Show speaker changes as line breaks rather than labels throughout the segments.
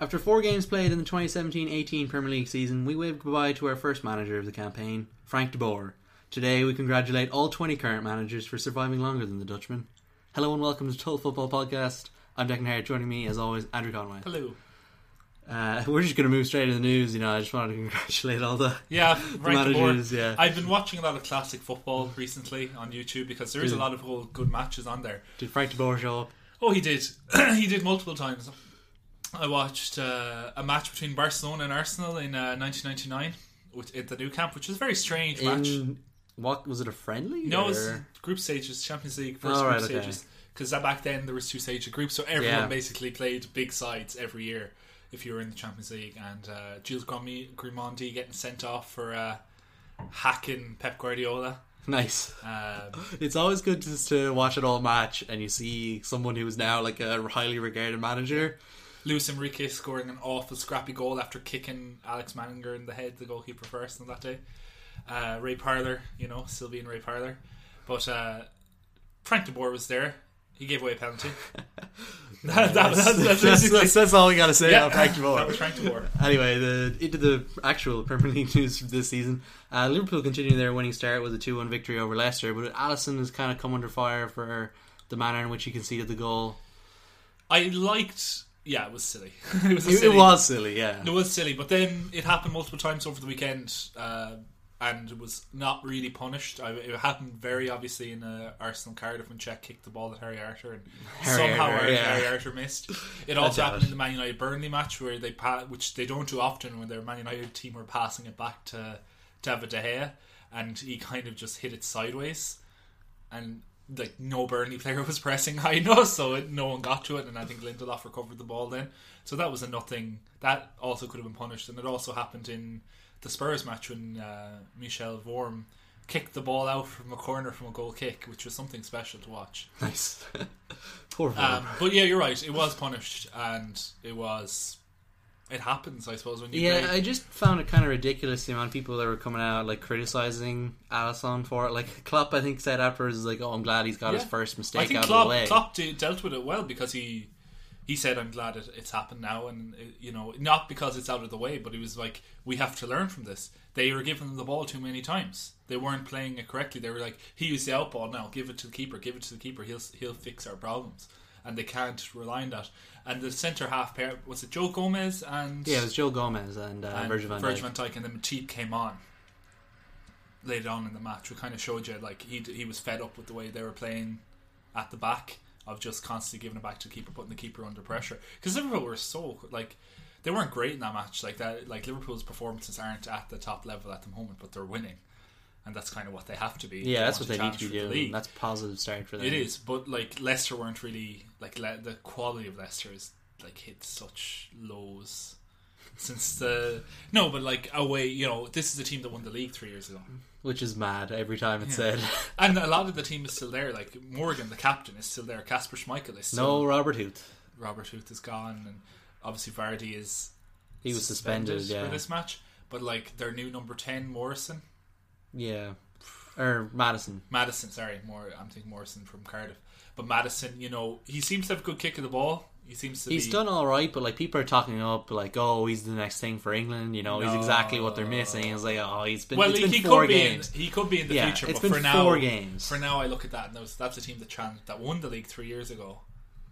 After four games played in the 2017 18 Premier League season, we waved goodbye to our first manager of the campaign, Frank de Boer. Today, we congratulate all 20 current managers for surviving longer than the Dutchman. Hello and welcome to Total Football Podcast. I'm Declan Hare. Joining me, as always, Andrew Conway.
Hello.
Uh, we're just going to move straight to the news. You know, I just wanted to congratulate all the,
Yeah,
the
Frank de Boer.
managers. Yeah,
I've been watching a lot of classic football recently on YouTube because there is a lot of old good matches on there.
did Frank de Boer show up?
Oh, he did. he did multiple times. I watched uh, a match between Barcelona and Arsenal in uh, 1999 which, at the new camp, which was a very strange match.
In what was it a friendly?
No, it
or-
was group stages, Champions League, first
Oh,
group
right, okay.
stages. Because back then there was two stages of groups, so everyone
Yeah.
basically played big sides every year if you were in the Champions League. And uh, Gilles Grimondi, Grimondi getting sent off for uh, hacking Pep Guardiola.
nice.
Um,
It's always good just to watch it all match and you see someone who is now like a highly regarded manager.
Luis Enrique scoring an awful scrappy goal after kicking Alex Manninger in the head, the goalkeeper first on that day. Uh, Ray Parler, you know, still being Ray Parler. But uh, Frank de Boer was there. He gave away a penalty. that, that, that's, that's
that's,
basically-
that's- that's all we got to say
Yeah,
on Frank de Boer.
that was Frank de Boer.
Anyway, the into the actual Premier League news for this season. Uh, Liverpool continue their winning start with a 2 1 victory over Leicester, but Allison has kind of come under fire for the manner in which he conceded the goal.
I liked. Yeah, it was silly. it was a
It, it
silly.
was silly, yeah.
It was silly, but then it happened multiple times over the weekend, uh, and it was not really punished. I, it happened very obviously in uh, Arsenal Cardiff when Czech kicked the ball at Harry Arter, and
Harry
somehow
Arter,
Harry,
yeah.
Harry Arter missed. It also
doubt
happened
it.
in the Man United Burnley match where they pa- which they don't do often when their Man United team are passing it back to David De Gea, and he kind of just hit it sideways, and. Like no Burnley player was pressing high enough, so it, no one got to it, and I think Lindelof recovered the ball then. So that was a nothing. That also could have been punished, and it also happened in the Spurs match when uh, Michel Vorm kicked the ball out from a corner from a goal kick, which was something special to watch.
Nice. Poor Vardy.
Um, but yeah, you're right. It was punished, and it was. It happens, I suppose, when you
Yeah,
play.
I just found it kind of ridiculous the amount of people that were coming out like criticizing Alisson for it. Like Klopp, I think said afterwards, is like, "Oh, I'm glad he's got his
Yeah.
first mistake
I think
out
Klopp,
of the way."
Klopp de- dealt with it well because he he said, "I'm glad it, it's happened now," and uh, you know, not because it's out of the way, but he was like, "We have to learn from this." They were giving the ball too many times. They weren't playing it correctly. They were like, "He is the out ball now. Give it to the keeper. Give it to the keeper. He'll he'll fix our problems." And they can't rely on that. And the centre half pair was it Joe Gomez and
yeah, it was Joe Gomez and, uh,
and
Virgil van Dijk.
Dijk, and then Matip came on later on in the match. We kind of showed you like he he was fed up with the way they were playing at the back of just constantly giving it back to the keeper, putting the keeper under pressure. Because Liverpool were so like they weren't great in that match. Like that, like Liverpool's performances aren't at the top level at the moment, but they're winning, and that's kind of what they have to be. if
yeah, that's what
want
they need
challenge
to be
for the
doing.
league.
That's a positive start for them.
It is, but like Leicester weren't really like Le- the quality of Leicester is like hit such lows since the no, but like away, you know, this is a team that won the league three years ago,
which is mad every time it's said.
and a lot of the team is still there. Like Morgan, the captain, is still there. Casper Schmeichel is still.
no, Robert Huth,
Robert Huth is gone, and obviously Vardy is
he was suspended.
for
yeah,
this match. But like their new number ten, Morrison,
yeah, or Madison.
Madison, sorry, more I'm thinking Morrison from Cardiff, but Madison, you know, he seems to have a good kick of the ball. He seems to
He's
be,
done all right, but like people are talking up, like, "Oh, he's the next thing for England." You know, he's exactly what they're missing. It's like, oh, he's been.
Well,
it's
he,
been
he
four
could
games.
be in. He could be in the
Yeah,
future,
it's
but
been
for now,
four games.
for now, I look at that and those, that's a team that tran- that won the league three years ago,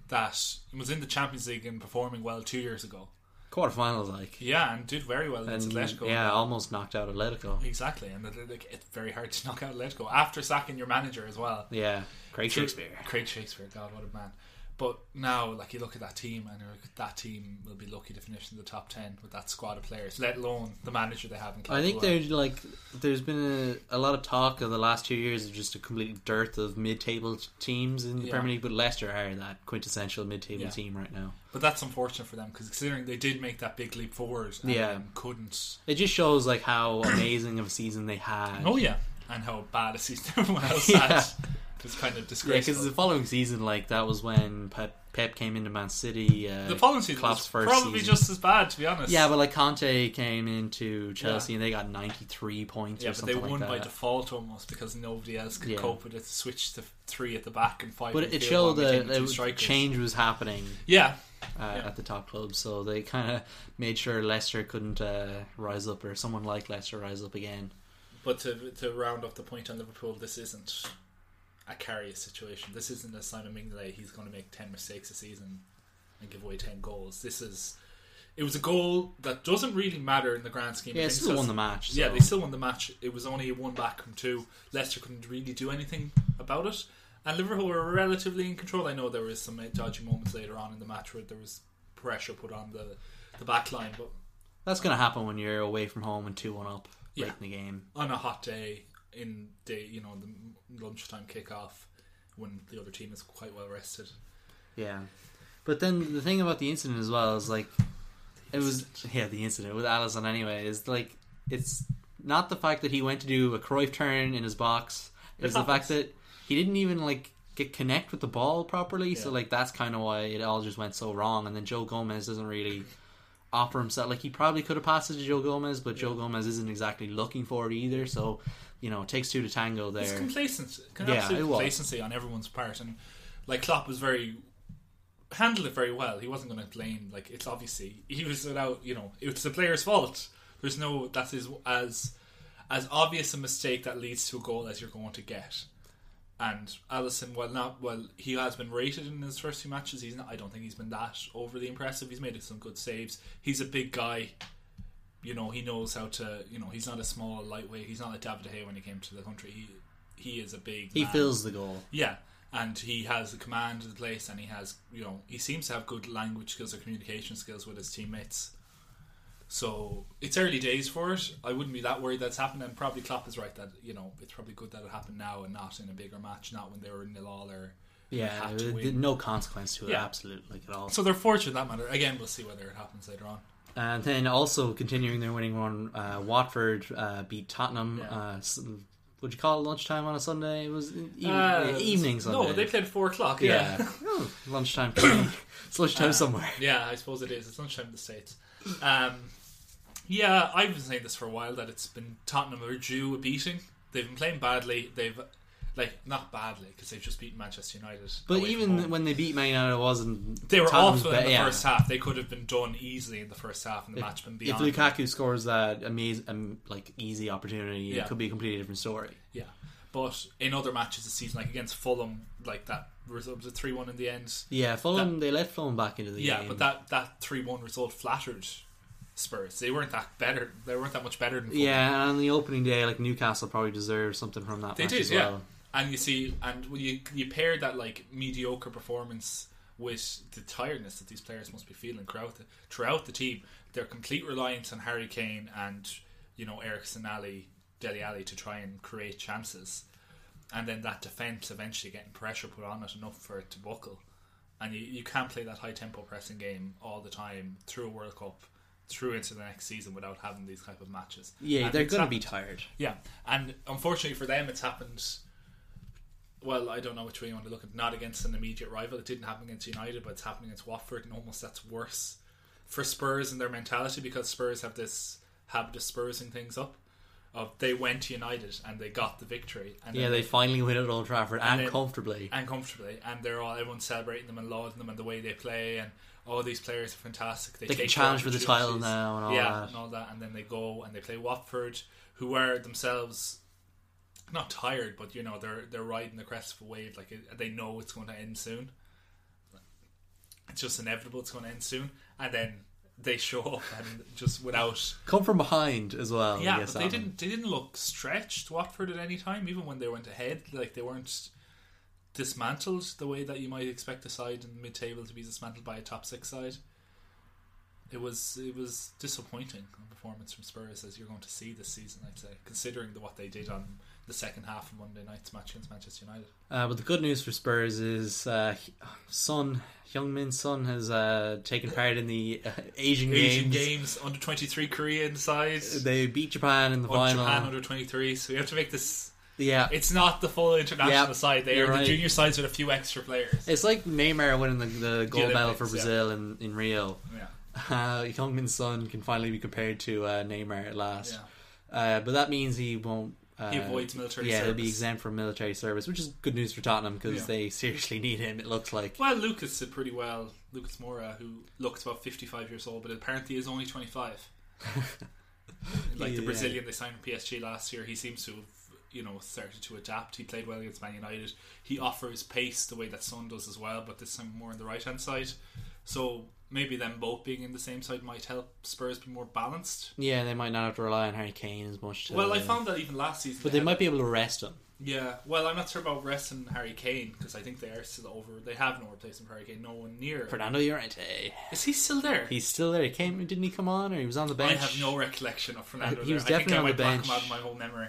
that was in the Champions League and performing well two years ago.
Quarterfinals, like,
Yeah, and did very well
and
against Atletico.
yeah, almost knocked out Atletico.
exactly. And they're like, it's very hard to knock out Atletico after sacking your manager as well.
Yeah, Craig Shakespeare.
Craig Shakespeare, God, what a man. But now, like you look at that team, and you're like, that team will be lucky to finish in the top ten with that squad of players, let alone the manager they have. in
I think
Klopp.
there's like there's been a, a lot of talk of the last two years of just a complete dearth of mid-table t- teams in the
Yeah.
Premier League, but Leicester are that quintessential mid-table
Yeah.
team right now.
But that's unfortunate for them because considering they did make that big leap forward and
Yeah.
then couldn't.
It just shows like how amazing of a season they had.
Oh yeah, and how bad a season everyone else
Yeah.
had. It was kind
yeah,
of
because
disgraceful.
the following season, like that was when Pep, Pep came into Man City. Uh,
the, following season
Klopp's
was
first
probably
season.
just as bad, to be honest.
yeah, but like Conte came into Chelsea and they got 93 points
Yeah,
or
but
something
they won
like
by
that.
default almost because nobody else could
Yeah.
cope with it. Switched to three at the back and five.
but
in
it
midfield
showed
while
that
maintaining two
that
strikers.
change was happening
Yeah,
uh,
Yeah.
at the top clubs. So they kind of made sure Leicester couldn't uh, rise up or someone like Leicester rise up again.
But to to round off the point on Liverpool, this isn't a Carrius situation. This isn't a Simon Mignolet. He's going to make ten mistakes a season and give away ten goals. This is. It was a goal that doesn't really matter in the grand scheme. of
Yeah, they
things,
still won
'cause-
the match.
Yeah,
so-
they still won the match. It was only one back from two. Leicester couldn't really do anything about it, and Liverpool were relatively in control. I know there was some dodgy moments later on in the match where there was pressure put on the the back line, but
That's going to happen when you're away from home and 2 1 up late
Yeah.
in the game.
on a hot day in day, you know, the lunchtime kickoff when the other team is quite well rested.
Yeah. But then the thing about the incident as well is like, it was, yeah, the incident with Allison anyway is like, it's not the fact that he went to do a Cruyff turn in his box, it's the fact that he didn't even like get connect with the ball properly. So
Yeah.
like, that's kind of why it all just went so wrong. And then Joe Gomez doesn't really offer himself. Like, he probably could have passed it to Joe Gomez, but Joe Gomez isn't exactly looking for it either. So, you know, it takes two to tango there.
It's complacent,
Yeah,
absolute
it was.
complacency on everyone's part, and like Klopp was very handled it very well. He wasn't going to blame. Like it's obviously he was without. You know, it's the player's fault. There's no that's his, as as obvious a mistake that leads to a goal as you're going to get. And Allison, well, not well. He has been rated in his first two matches. He's not. I don't think he's been that overly impressive. He's made some good saves. He's a big guy. You know, he knows how to. You know, he's not a small lightweight. He's not like David De Gea when he came to the country. He he is a big.
he
man.
fills the goal.
Yeah, and he has the command of the place, and he has you know he seems to have good language skills or communication skills with his teammates. So it's early days for it. I wouldn't be that worried that's happened, and probably Klopp is right that you know it's probably good that it happened now and not in a bigger match, not when they were nil all or
Yeah,
had to
it-
win.
no consequence to it,
Yeah.
absolutely, like at all.
So they're fortunate in that matter. Again, we'll see whether it happens later on.
And Uh, then also continuing their winning run, uh, Watford uh, beat Tottenham.
Yeah.
Uh, s- would you call it lunchtime on a Sunday? It was e-
Uh,
yeah, evening Sunday.
No, they played at four o'clock.
yeah,
Yeah,
Oh, lunchtime. it's
Uh,
lunchtime somewhere.
Yeah, I suppose it is. It's lunchtime in the States. Um, yeah, I've been saying this for a while that it's been Tottenham are due a beating. They've been playing badly. They've, like, not badly, because they've just beaten Manchester United.
But
away from
even
home.
when they beat Man United, it wasn't.
They were
Tottenham's
awful in
be-
the
yeah.
first half. They could have been done easily in the first half, and the match been
If
beyond.
Lukaku scores that amazing, um, like easy opportunity, it
Yeah.
could be a completely different story.
Yeah, but in other matches this season, like against Fulham, like that result was a three-one in the end.
Yeah, Fulham they let Fulham back into the
Yeah,
game.
but that that three-one result flattered Spurs. They weren't that better. They weren't that much better than Fulham.
yeah, and on the opening day, like Newcastle probably deserved something from that.
They
match
did,
as
yeah.
well.
And you see, and when you you pair that like mediocre performance with the tiredness that these players must be feeling throughout the, throughout the team, their complete reliance on Harry Kane and you know Ericsson Ali, Deli Ali to try and create chances, and then that defense eventually getting pressure put on it enough for it to buckle, and you you can't play that high tempo pressing game all the time through a World Cup. Through into the next season without having these type of matches.
Yeah,
And
they're
it's
going to be
happened.
tired.
Yeah, and unfortunately for them, it's happened. Well, I don't know which way you want to look at. it. Not against an immediate rival. It didn't happen against United, but it's happening against Watford, and almost that's worse for Spurs and their mentality because Spurs have this habit of spursing things up. Of they went to United and they got the victory, and
Yeah,
then
they finally win at Old Trafford and,
then-
comfortably.
and comfortably, and they're all everyone's celebrating them and lauding them and the way they play, and all these players are fantastic.
They can
take
challenge for the title
opportunities.
now and all
yeah,
that.
and all that, and then they go and they play Watford, who are themselves not tired, but you know they're they're riding the crest of a wave. Like it, they know it's going to end soon. It's just inevitable. It's going to end soon, and then they show up and just without.
Come from behind as well.
Yeah,
against
but they
Tottenham.
didn't. They didn't look stretched Watford at any time, even when they went ahead. Like they weren't dismantled the way that you might expect a side in mid-table to be dismantled by a top six side. It was it was disappointing a performance from Spurs as you're going to see this season. I'd say, considering the, what they did on the second half of Monday night's match against Manchester United.
Uh, but the good news for Spurs is uh, Son, Young Min Son, has uh, taken part in the uh, Asian,
Asian
Games.
Games under twenty three Korean side.
They beat Japan in the
Or
final.
Japan under 23, so we have to make this.
yeah,
It's not the full international
Yep,
side. They
you're
are the
right.
junior sides with a few extra players.
it's like Neymar winning the, the gold medal for
Olympics,
Brazil in, in Rio.
Yeah.
Uh, Young Min Son can finally be compared to uh, Neymar at last.
Yeah.
Uh, but that means he won't Uh,
He avoids military
yeah, he'll
service.
be exempt from military service, which is good news for Tottenham because
Yeah.
they seriously need him. It looks like.
Well, Lucas did pretty well. Lucas Mora, who looks about 55 years old, but apparently is only 25. like the
Yeah.
Brazilian they signed from PSG last year, he seems to have, you know, started to adapt. He played well against Man United. He offers pace the way that Son does as well, but this time more on the right hand side. So maybe them both being in the same side might help Spurs be more balanced.
Yeah, they might not have to rely on Harry Kane as much. To,
Well, I found that even last season.
but
they
they
had-
might be able to rest him.
yeah, well, I'm not sure about Rest and Harry Kane because I think they are still over. They have no replacement for Harry Kane, no one near.
Fernando Llorente,
Is he still there?
he's still there. He came, didn't he? Come on, or he was on the bench.
I have no recollection of Fernando.
Uh, he
there.
was
I think I
definitely on
might
the
block
bench.
him out of my whole memory.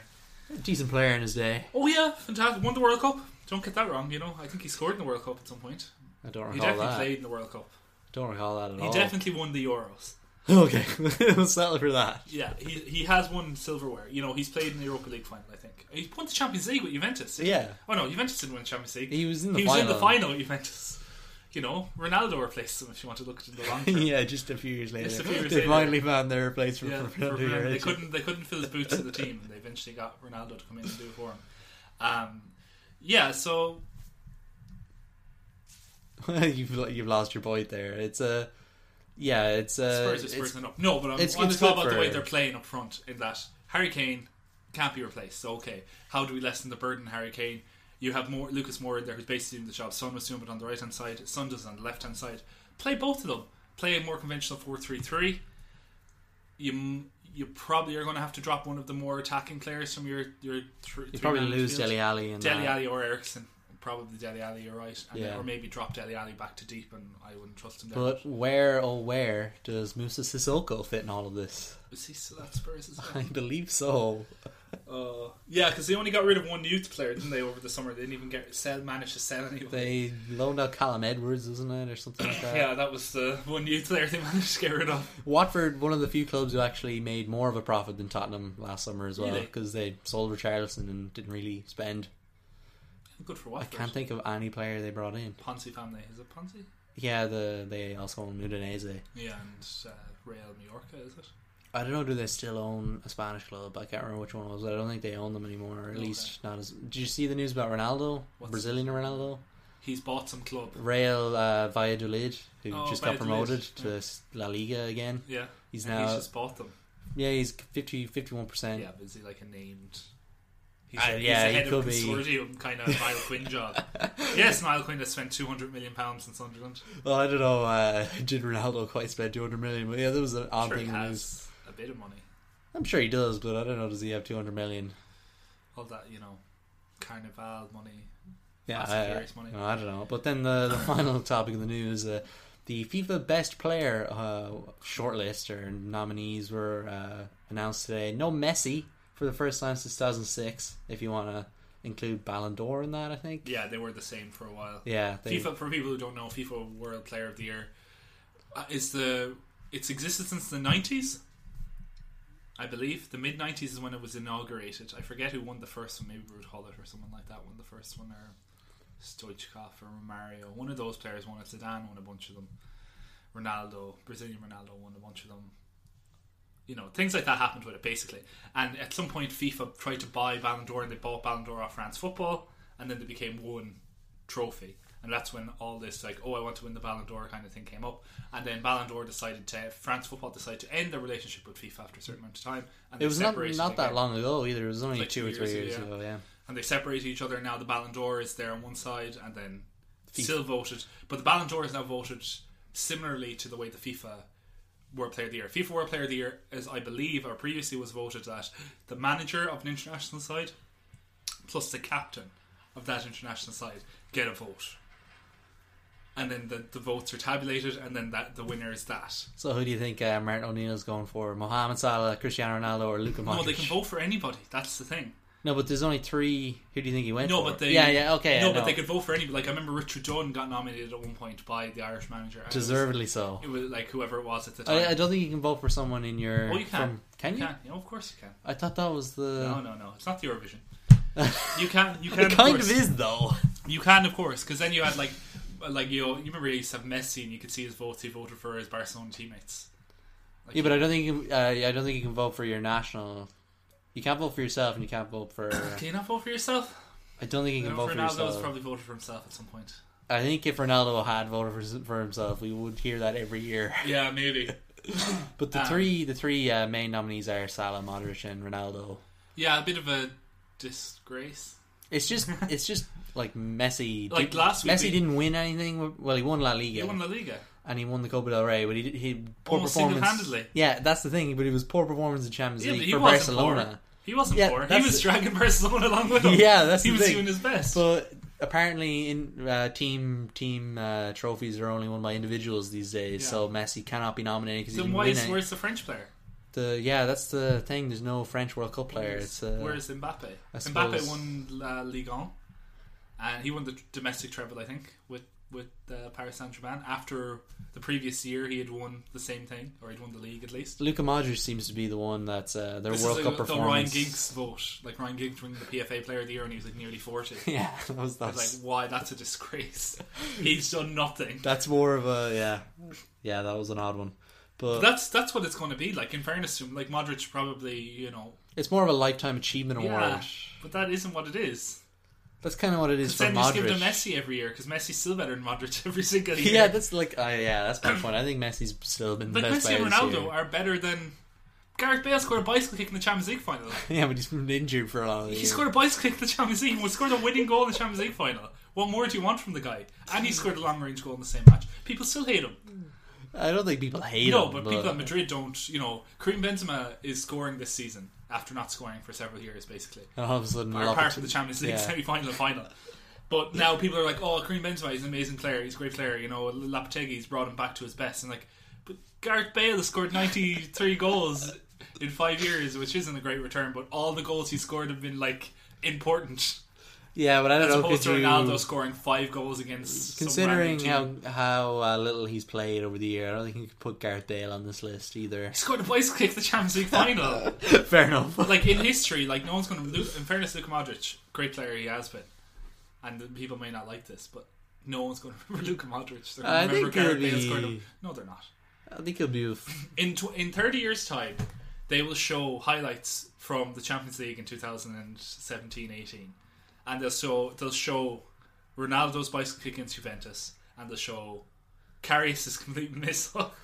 decent player in his day.
Oh yeah, fantastic! Won the World Cup. Don't get that wrong. You know, I think he scored in the World Cup at some point.
I don't
He
recall
definitely
that. Oh.
played in the World Cup.
Don't recall that at
He
all.
definitely won the Euros.
Okay, we'll settle for that.
Yeah, he he has won silverware. You know, he's played in the Europa League final. I think he won the Champions League with Juventus.
Yeah,
Oh no, Juventus didn't win the Champions League.
he was in the
he was
final.
in the final. at Juventus. You know, Ronaldo replaced him. If you want to look at it in the long term.
yeah, just a few years later,
Just a few years
they
later.
finally found their place for,
Yeah,
for
for
Fernando
Ronaldo.
Llorente.
they couldn't they couldn't fill his boots in the team, and they eventually got Ronaldo to come in and do it for him. Um, yeah, so
you've lo- you've lost your point there. It's a yeah, Uh, it's a
Spurs are Spurs and up. No, but I'm,
it's-
I want
it's
to talk
good
about the
for-
way they're playing up front. In that Harry Kane can't be replaced. So okay, how do we lessen the burden, Harry Kane? You have more Lucas Moore in there, who's basically doing the job. Son was doing it on the right hand side. Son does it on the left hand side. Play both of them. Play a more conventional four three three. You m- you probably are going to have to drop one of the more attacking players from your your. Three,
you
three
probably
man
lose
midfield.
Deli Alley and
Deli
that.
Alley or Ericsson. Probably Deli Alley, you're right. And, uh,
Yeah.
Or maybe drop Deli Alley back to deep, and I wouldn't trust him there.
But where oh where does Musa Sissoko fit in all of this?
Is he still at Spurs as
I believe so.
well? uh, yeah, because they only got rid of one youth player, didn't they, over the summer? They didn't even get sell manage to sell anyone.
They loaned out Callum Edwards, isn't it, or something like that?
yeah, that was the one youth player they managed to get rid of.
Watford, one of the few clubs who actually made more of a profit than Tottenham last summer as well,
Really?
because they sold Richarlison and didn't really spend.
Good for
I
Watford.
can't think of any player they brought in.
Ponzi family is it Ponzi?
Yeah, the they also own Udinese.
Yeah, and uh, Real Mallorca is it?
I don't know. Do they still own a Spanish club? I can't remember which one it was. but I don't think they own them anymore. Or at
Okay.
least not as. Did you see the news about Ronaldo,
What's-
Brazilian Ronaldo,
He's bought some club.
Real uh, Valladolid, who
Oh,
just got
Valladolid,
promoted to
yeah.
s- La Liga again?
Yeah,
He's
and
now
he's just bought them.
yeah, he's 51 percent.
Yeah, but is he like a named? He's,
Uh,
he's
yeah,
the
he
head of
could be.
consortium kind of Niall Quinn job. Yes, Niall Quinn has spent two hundred million pounds in Sunderland.
Well, I don't know. Uh, did Ronaldo quite spend 200 million? But yeah, that was an odd
sure,
thing.
he
in the news.
has a bit of money.
I'm sure he does, but I don't know. Does he have 200 million?
all that you know, carnival money,
Yeah,
Fast
I-
and Furious money.
No, I don't know. But then the, the final topic of the news, uh, the FIFA Best Player uh, shortlist or nominees were uh, announced today. No Messi for the first time since 2006. If you want to include Ballon d'Or in that, I think.
Yeah, they were the same for a while.
Yeah, they,
FIFA for people who don't know, FIFA World Player of the Year uh, is the it's existed since the nineties. I believe the mid nineties is when it was inaugurated. I forget who won the first one. Maybe Ruud Hullet or someone like that won the first one, or Stoichkov or Romario. One of those players won it. Zidane won a bunch of them. Ronaldo, Brazilian Ronaldo won a bunch of them. You know, things like that happened with it basically. And at some point, FIFA tried to buy Ballon d'Or, and they bought Ballon d'Or off France Football, and then they became one trophy. And that's when all this like, oh, I want to win the Ballon d'Or kind of thing came up. And then Ballon d'Or decided to France Football decided to end their relationship with FIFA after a certain amount of time. And
it
they
was not,
separated
not that
again.
long ago either. It was only
Like
two or
two
three
years
years
ago,
ago. Yeah,
And they separated each other. Now the Ballon d'Or is there on one side, and then
FIFA.
still voted. But the Ballon d'Or is now voted similarly to the way the FIFA World Player of the Year. FIFA World Player of the Year, as I believe, or previously was voted that the manager of an international side plus the captain of that international side get a vote. And then the, the votes are tabulated, and then that the winner is that.
So who do you think uh, Martin O'Neill's going for? Mohamed Salah, Cristiano Ronaldo, or Luka Modric?
No, they can vote for anybody. That's the thing.
No, but there's only three. Who do you think he went
No,
for?
but they
yeah, yeah, okay,
No,
I
but
know.
they could vote for anybody. Like I remember Richard Dunn got nominated at one point by the Irish manager. and it was-
deservedly so.
It was like whoever it was at the time.
I, I don't think you can vote for someone in your.
oh, you can.
From, Oh, can you?
You can. Yeah, of course you can.
I thought that was
No,
the.
no, no. It's not the Eurovision. You can. You can.
it
of
kind
course.
of is though.
You can, of course, because then you had like, like you, know, you remember you used to have Messi, and you could see his votes. He voted for his Barcelona teammates. Like,
Yeah, but I don't think you can, uh, I don't think you can vote for your national You can't vote for yourself, and you can't vote for.
Can you not vote for yourself?
I don't think you
No,
can vote for
Ronaldo's
yourself.
probably voted for himself at some point.
I think if Ronaldo had voted for, for himself, we would hear that every year.
Yeah, maybe.
But the
Um,
three, the three uh, main nominees are Salah, Modric, and Ronaldo.
Yeah, a bit of a disgrace.
It's just, it's just like Messi.
Like
did-
last week
Messi
we-
didn't win anything. Well, he won La Liga
He won La Liga.
and he won the Copa del Rey, but he did, he poor
Almost
performance.
single-handedly.
Yeah, that's the thing. But it was poor performance in Champions
Yeah, but
League
he
for
wasn't
Barcelona.
He wasn't
Yeah,
poor. He
that's
was
it.
dragging Barcelona along with him.
Yeah, that's
he
the
was
thing.
doing his best.
But apparently, in uh, team team uh, trophies are only won by individuals these days.
Yeah.
So Messi cannot be nominated because he
then
didn't
why
win
is
any.
where's the French player?
The yeah, that's the thing. There's no French World Cup player. It's uh,
where's Mbappe?
I
Mbappe
suppose-
won La Ligue 1 and he won the domestic treble, I think, with with uh, Paris Saint Germain. After the previous year, he had won the same thing, or he'd won the league at least.
Luka Modric seems to be the one that's uh, their
This
World
is
Cup
like the Ryan
performance.
Giggs vote. Like Ryan Giggs won the PFA Player of the Year, and he was like nearly forty.
yeah, that was,
I was
that's
like, why? That's a disgrace. He's done nothing.
that's more of a yeah, yeah. That was an odd one, but
That's that's what it's going to be like. In fairness to him, like Modric probably, you know,
it's more of a lifetime achievement award.
yeah, but that isn't what it is.
That's kind of what it is for
Then just give it to
Modric.
Messi every year because Messi's still better than Modric every single year.
Yeah, that's like uh, yeah, that's my point. I think Messi's still been the
like
best
Messi
player
and
this
Ronaldo
year.
are better than Gareth Bale scored a bicycle kick in the Champions League final.
Yeah, but he's been injured for a lot of the
He
year.
scored a bicycle kick in the Champions League and was scored a winning goal in the Champions League final. What more do you want from the guy? And he scored a long range goal in the same match. People still hate him.
I don't think people hate
No,
him.
but people at Madrid don't. You know, Karim Benzema is scoring this season after not scoring for several years, basically.
and all of a sudden,
Or
love
apart
it.
from the Champions League
yeah.
semi-final and final. But now people are like, "Oh, Karim Benzema, he's an amazing player. He's a great player. You know, Lapetegui's brought him back to his best." And like, but Gareth Bale has scored ninety-three goals in five years, which isn't a great return. But all the goals he scored have been like important,
yeah, but I don't
as
know.
opposed to
could you-
Ronaldo scoring five goals against. some
Considering
random
how
team.
how uh, little he's played over the year, I don't think you could put Gareth Bale on this list either.
he scored a bicycle kick in the Champions League final.
Fair enough.
like in history, like no one's going to. In fairness, Luka Modric, great player he has been, and the people may not like this, but no one's going to remember Luka Modric. They're
I
going to remember
think it'll
Gareth Bale scored
be-
him. No, they're not.
I think he'll be.
In tw- in thirty years' time, they will show highlights from the Champions League in 2017-18. and they'll show they'll show Ronaldo's bicycle kick against Juventus, and they'll show. Karius' complete miss up.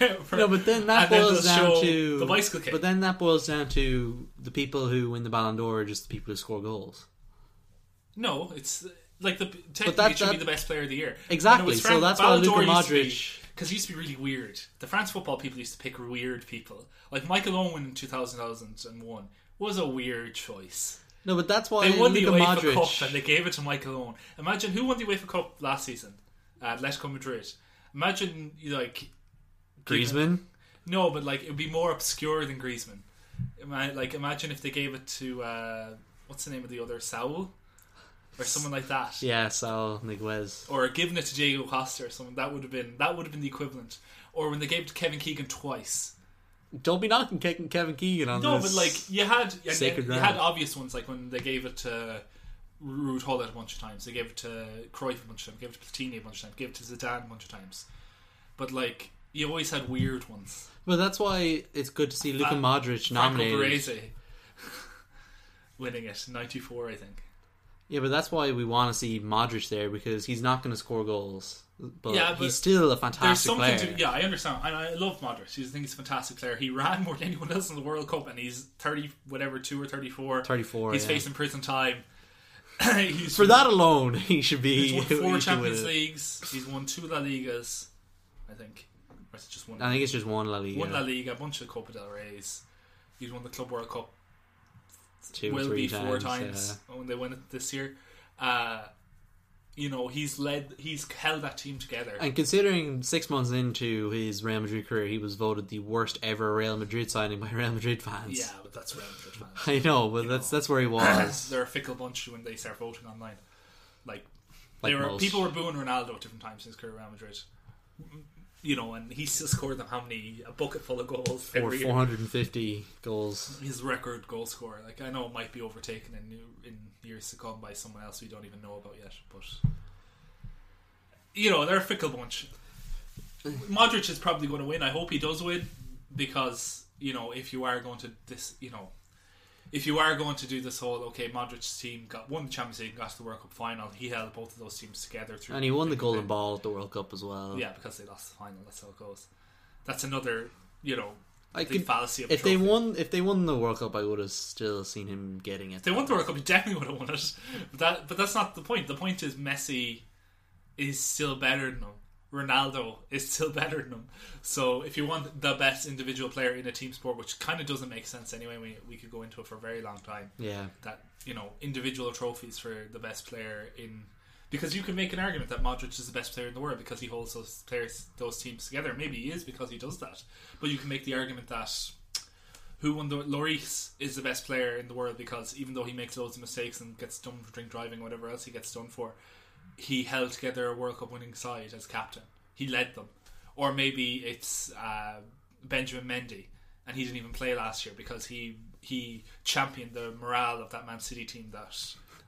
No, but then that
and then
boils
they'll
down
show
to
the bicycle kick.
But then that boils down to the people who win the Ballon d'Or are just the people who score goals.
No, it's like the technically
that-
it should be
that-
the best player of the year.
Exactly, so that's why Luka Modric-
because used to be really weird. The France football people used to pick weird people. Like Michael Owen in two thousand and one was a weird choice.
No, but that's why
They won the
Luka
UEFA
Modric.
Cup and they gave it to Michael Owen. Imagine who won the UEFA Cup last season. Uh, Atletico Madrid. Imagine like
Griezmann.
no, but like it would be more obscure than Griezmann. Ima- Like imagine if they gave it to uh, what's the name of the other Saul or someone like that.
Yeah, Sal Niguez.
or given it to Diego Costa or someone that would have been that would have been the equivalent. Or when they gave it to Kevin Keegan twice.
Don't be knocking Ke- Kevin Keegan on
No,
this.
but like you had and then
Sacred
you
ground.
had obvious ones like when they gave it to Ruud Hullet a bunch of times, they gave it to Cruyff a bunch of times, gave it to Platini a bunch of times, gave it to Zidane a bunch of times. But like you always had weird ones.
But that's why it's good to see Luka
Fra-
Modric
Uh, Franco
nominated.
Baresi winning it ninety four, I think.
Yeah, but that's why we want to see Modric there because he's not going to score goals, but,
Yeah, but
he's still a
There's
fantastic
something
player.
to yeah, I understand, and I love Modric. He's, I think he's a fantastic player. He ran more than anyone else in the World Cup, and he's thirty, whatever, two or thirty-four.
34.
he's
yeah.
facing prison time. he's
For that alone, he should be.
he's won
he should
four
win
Champions
it.
Leagues. He's won two La Ligas, I think, or is it just one?
I think it's just one La Liga.
one La Liga, a bunch of Copa del Rey's. He's won the Club World Cup.
two,
will
three
be four
times.
times when they win it this year. Uh, you know, he's led. He's held that team together.
yeah. And considering six months into his Real Madrid career, he was voted the worst ever Real Madrid signing by Real Madrid fans.
yeah, but that's Real Madrid fans.
I know, but that's that's where he was.
they're a fickle bunch when they start voting online. Like,
Like
they were
most.
people were booing Ronaldo at different times in his career at Real Madrid. You know, and he still scored them how many a bucket full of goals
Or
every year.
450 goals.
His record goal scorer, like I know, it might be overtaken in in years to come by someone else we don't even know about yet. But you know, they're a fickle bunch. Modric is probably going to win. I hope he does win because you know, if you are going to this, you know, if you are going to do this whole okay, Modric's team got won the Champions League, and got to the World Cup final. He held both of those teams together through,
And he won the
thick and
Golden
thin.
Ball at the World Cup as well.
Yeah, because they lost the final. That's how it goes. That's another, you know,
I
the
could,
fallacy of
if
trophy.
they won, if they won the World Cup, I would have still seen him getting it.
If they won the World Cup, he definitely would have won it. But that, but that's not the point. The point is Messi is still better than him. Ronaldo is still better than him. So if you want the best individual player in a team sport, which kind of doesn't make sense anyway, we, we could go into it for a very long time.
Yeah,
That you know individual trophies for the best player in because you can make an argument that Modric is the best player in the world because he holds those players those teams together. Maybe he is because he does that. But you can make the argument that who won the Lloris is the best player in the world because even though he makes loads of mistakes and gets done for drink driving, whatever else he gets done for, he held together a World Cup winning side as captain. He led them. Or maybe it's uh, Benjamin Mendy and he didn't even play last year because he he championed the morale of that Man City team that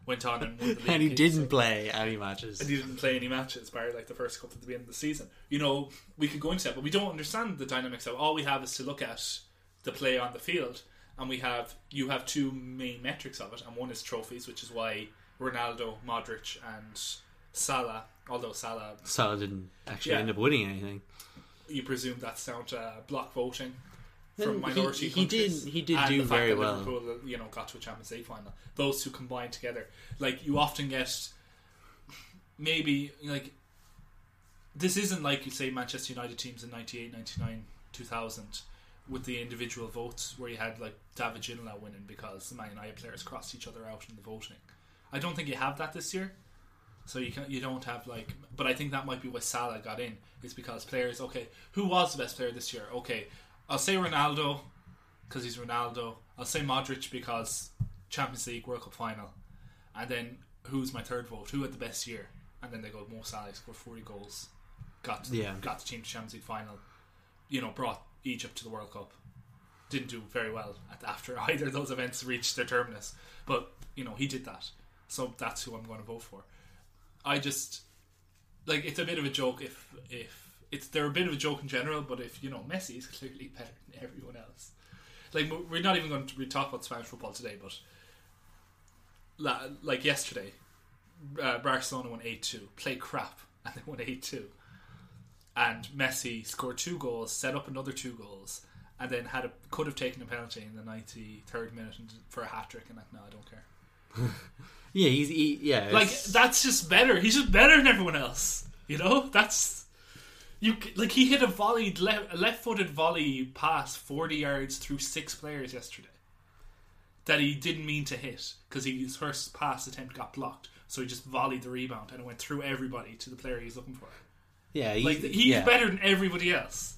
went on and won the league.
and he
So-
didn't play any matches.
and he didn't play any matches bar like the first couple at the beginning of the season. You know, we could go into that, but we don't understand the dynamics of all we have is to look at the play on the field and we have you have two main metrics of it and one is trophies, which is why Ronaldo, Modric and Salah, although Salah
Salah didn't actually
Yeah.
end up winning anything.
you presume that's down to block voting from
Well, he-
minority
he did-
countries.
he did
and
do
the fact
very
that
well.
Liverpool, uh, you know, got to a Champions League final. Those two combined together, like you often get, maybe like this isn't like you say Manchester United teams in 98, 99, 2000 with the individual votes where you had like David Ginola winning because the Man United players crossed each other out in the voting. I don't think you have that this year. So you can you don't have like, but I think that might be why Salah got in. It's because players. Okay, who was the best player this year? Okay, I'll say Ronaldo because he's Ronaldo. I'll say Modric because Champions League, World Cup final, and then who's my third vote? Who had the best year? And then they go Mo Salah scored forty goals, got
Yeah.
got the team to Champions League final. You know, brought Egypt to the World Cup. Didn't do very well at, after either of those events reached their terminus, but you know he did that. So that's who I'm going to vote for. I just like it's a bit of a joke if if it's they're a bit of a joke in general, but if you know Messi is clearly better than everyone else. Like we- we're not even going to we talk about Spanish football today, but la- like yesterday, uh, Barcelona won eight two, played crap, and they won eight two. And Messi scored two goals, set up another two goals, and then had a, could have taken a penalty in the ninety third minute and, for a hat trick, and like no, I don't care.
Yeah, he's he, yeah.
Like
it's-
that's just better. He's just better than everyone else. You know, that's you c- like he hit a volley left left-footed volley pass 40 yards through six players yesterday that he didn't mean to hit because his first pass attempt got blocked. So he just volleyed the rebound and it went through everybody to the player he's looking for.
yeah, he's,
Like he's
yeah.
better than everybody else.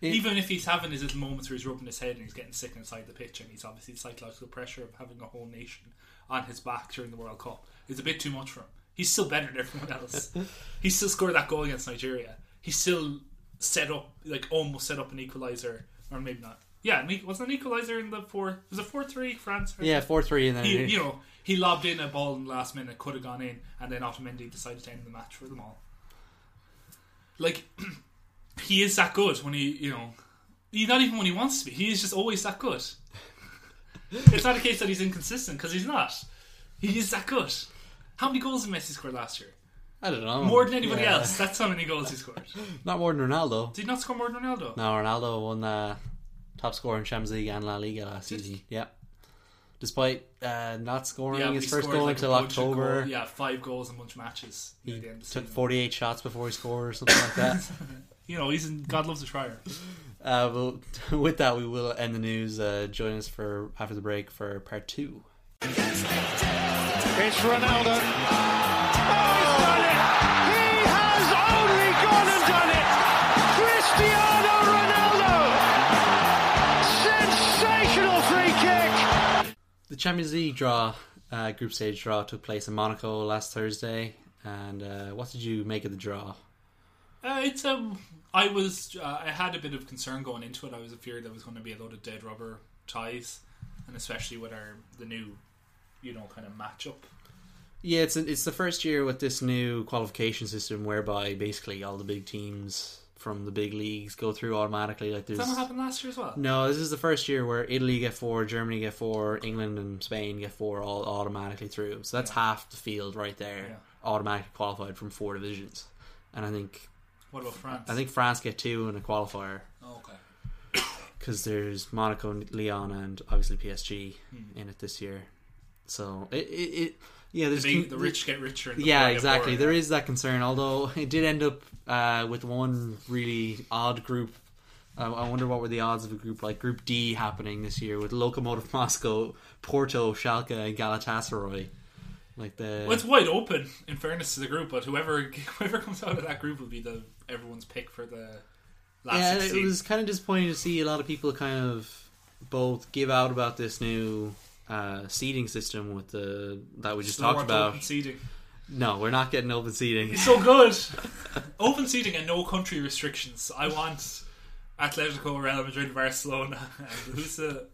It-
Even if he's having his little moments where he's rubbing his head and he's getting sick inside the pitch, and he's obviously the psychological pressure of having a whole nation on his back during the World Cup is a bit too much for him. He's still better than everyone else. he still scored that goal against Nigeria. He still set up, like almost set up an equalizer, or maybe not. Yeah, an equ- wasn't an equalizer in the four? Was it four three France? or-
Yeah, four three, and then
He, you know, he lobbed in a ball in the last minute, could have gone in, and then Otamendi decided to end the match for them all. Like, he is that good when he, you know, he, not even when he wants to be. He is just always that good. it's not a case that he's inconsistent because he's not. He is that good. How many goals did Messi score last year?
I don't know
More than anybody
Yeah.
else. That's how many goals he scored.
Not more than Ronaldo.
Did he not score more than Ronaldo?
No, Ronaldo won uh, top scorer in Champions League and La Liga last
Did
season. Yeah, despite uh, not scoring
but
his
he
first
scored,
goal
like, a
until
bunch of
October.
goal- yeah, five goals in a bunch of matches. near the end of the
Took
season.
48 shots before he scored or something like that.
You know, he's in, God loves a tryer.
uh, well, with that, we will end the news. Uh, join us for after the break for part two.
It's Ronaldo. Oh, he's done it! He has only gone and done it! Cristiano Ronaldo! Sensational free kick!
The Champions League draw, uh, group stage draw, took place in Monaco last Thursday. And uh, what did you make of the draw?
Uh, it's um, I was uh, I had a bit of concern going into it. I was afraid there was going to be a lot of dead rubber ties, and especially with our the new, you know, kind of matchup.
Yeah, it's from the big leagues go through automatically. Like
Did
there's
that not happen last year as well?
no, this is the first year where Italy get four, Germany get four, England and Spain get four, all automatically through. So that's half the field right there,
Yeah.
automatically qualified from four divisions. And I think
What about France?
I think France get two in a qualifier
Oh, okay.
because there's Monaco, Leon, and obviously PSG
Hmm.
in it this year. So it, it, it yeah,
The,
there's
big-
con-
the rich get richer. And the
yeah,
poor get
exactly.
poorer.
There is that concern, although it did end up uh, with one really odd group. I I wonder what were the odds of a group like Group D happening this year with Lokomotiv Moscow, Porto, Schalke, and Galatasaray. Like the
Well, it's wide open, in fairness to the group, but whoever whoever comes out of that group will be the everyone's pick for the last
yeah,
16.
it was kind of disappointing to see a lot of people kind of both give out about this new uh, seating system with the that we just
Still
talked
want
about.
Open seating.
No, we're not getting open seating.
It's so good. open seating and no country restrictions. I want Atletico, Real Madrid, Barcelona, and who's the